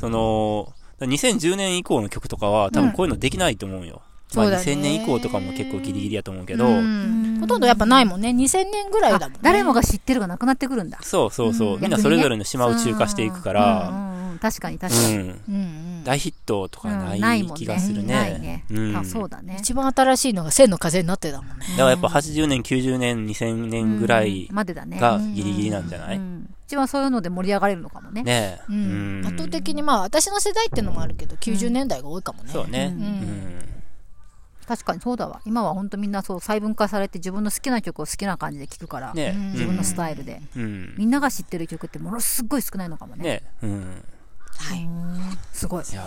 Speaker 3: その、2010年以降の曲とかは多分こういうのできないと思うよ。まあ
Speaker 4: そうだね
Speaker 3: 2000年以降とかも結構ギリギリやと思うけど、
Speaker 4: うんほとんどやっぱないもんね2000年ぐらいだもん、ね
Speaker 2: あ、誰もが知ってるがなくなってくるんだ
Speaker 3: そうそうそう、
Speaker 4: うん
Speaker 3: みんなそれぞれの島を中華していくから、
Speaker 2: うんうん、確かに確
Speaker 3: う
Speaker 2: かに、
Speaker 3: ん、
Speaker 4: うんうん
Speaker 3: 大ヒットとか
Speaker 2: うん
Speaker 3: ない気がするね。
Speaker 2: ないね、
Speaker 3: うん
Speaker 2: あそうだね
Speaker 4: 一番新しいのが「千の風」になってたもんね
Speaker 3: だからやっぱ80年、90年、2000年ぐらい
Speaker 2: うんまでだね
Speaker 3: がギリギリなんじゃな
Speaker 2: う
Speaker 3: い
Speaker 2: ん、一番そういうので盛り上がれるのかもね
Speaker 3: ねえ、
Speaker 4: うん
Speaker 3: うん
Speaker 4: 圧倒的にまあ私の世代ってのもあるけど90年代が多いかもね、
Speaker 3: そうね。
Speaker 4: う
Speaker 3: うんん。
Speaker 2: 確かにそうだわ今は本当みんなそう細分化されて自分の好きな曲を好きな感じで聴くから、
Speaker 3: ねえ、うん、
Speaker 2: 自分のスタイルで、
Speaker 3: うん。
Speaker 2: みんなが知ってる曲ってものすごい少ないのかもね
Speaker 3: ねえ、うん。
Speaker 4: はい、
Speaker 2: すごい
Speaker 3: いやー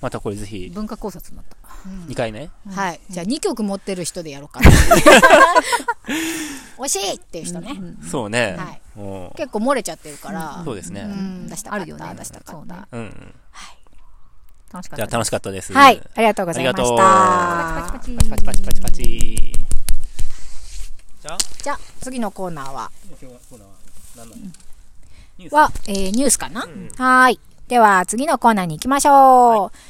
Speaker 3: またこれぜひ、
Speaker 2: 文化考察になった
Speaker 3: 2回目
Speaker 4: はい、じゃあ2曲持ってる人でやろうか *laughs* な惜しいっていう人ね、
Speaker 3: そうね。
Speaker 4: はい
Speaker 3: おー
Speaker 4: 結構漏れちゃってるから、
Speaker 3: そうですね。
Speaker 4: うん出したかった
Speaker 2: あるよね
Speaker 4: 出したか
Speaker 2: そ
Speaker 4: っ
Speaker 2: う
Speaker 4: た、
Speaker 2: ね
Speaker 3: うんうん。
Speaker 2: 楽しか
Speaker 3: じゃ
Speaker 2: っ
Speaker 3: あ
Speaker 2: た
Speaker 3: 楽しかったです。
Speaker 4: はいありがとうございました
Speaker 3: あ
Speaker 2: パチパチ
Speaker 3: パチパチパチパチ。じゃあ、
Speaker 4: じゃあ次のコーナーは
Speaker 3: 今日はコーナーは何なの
Speaker 4: は、えーニュースかな、はーい。では、次のコーナーに行きましょう。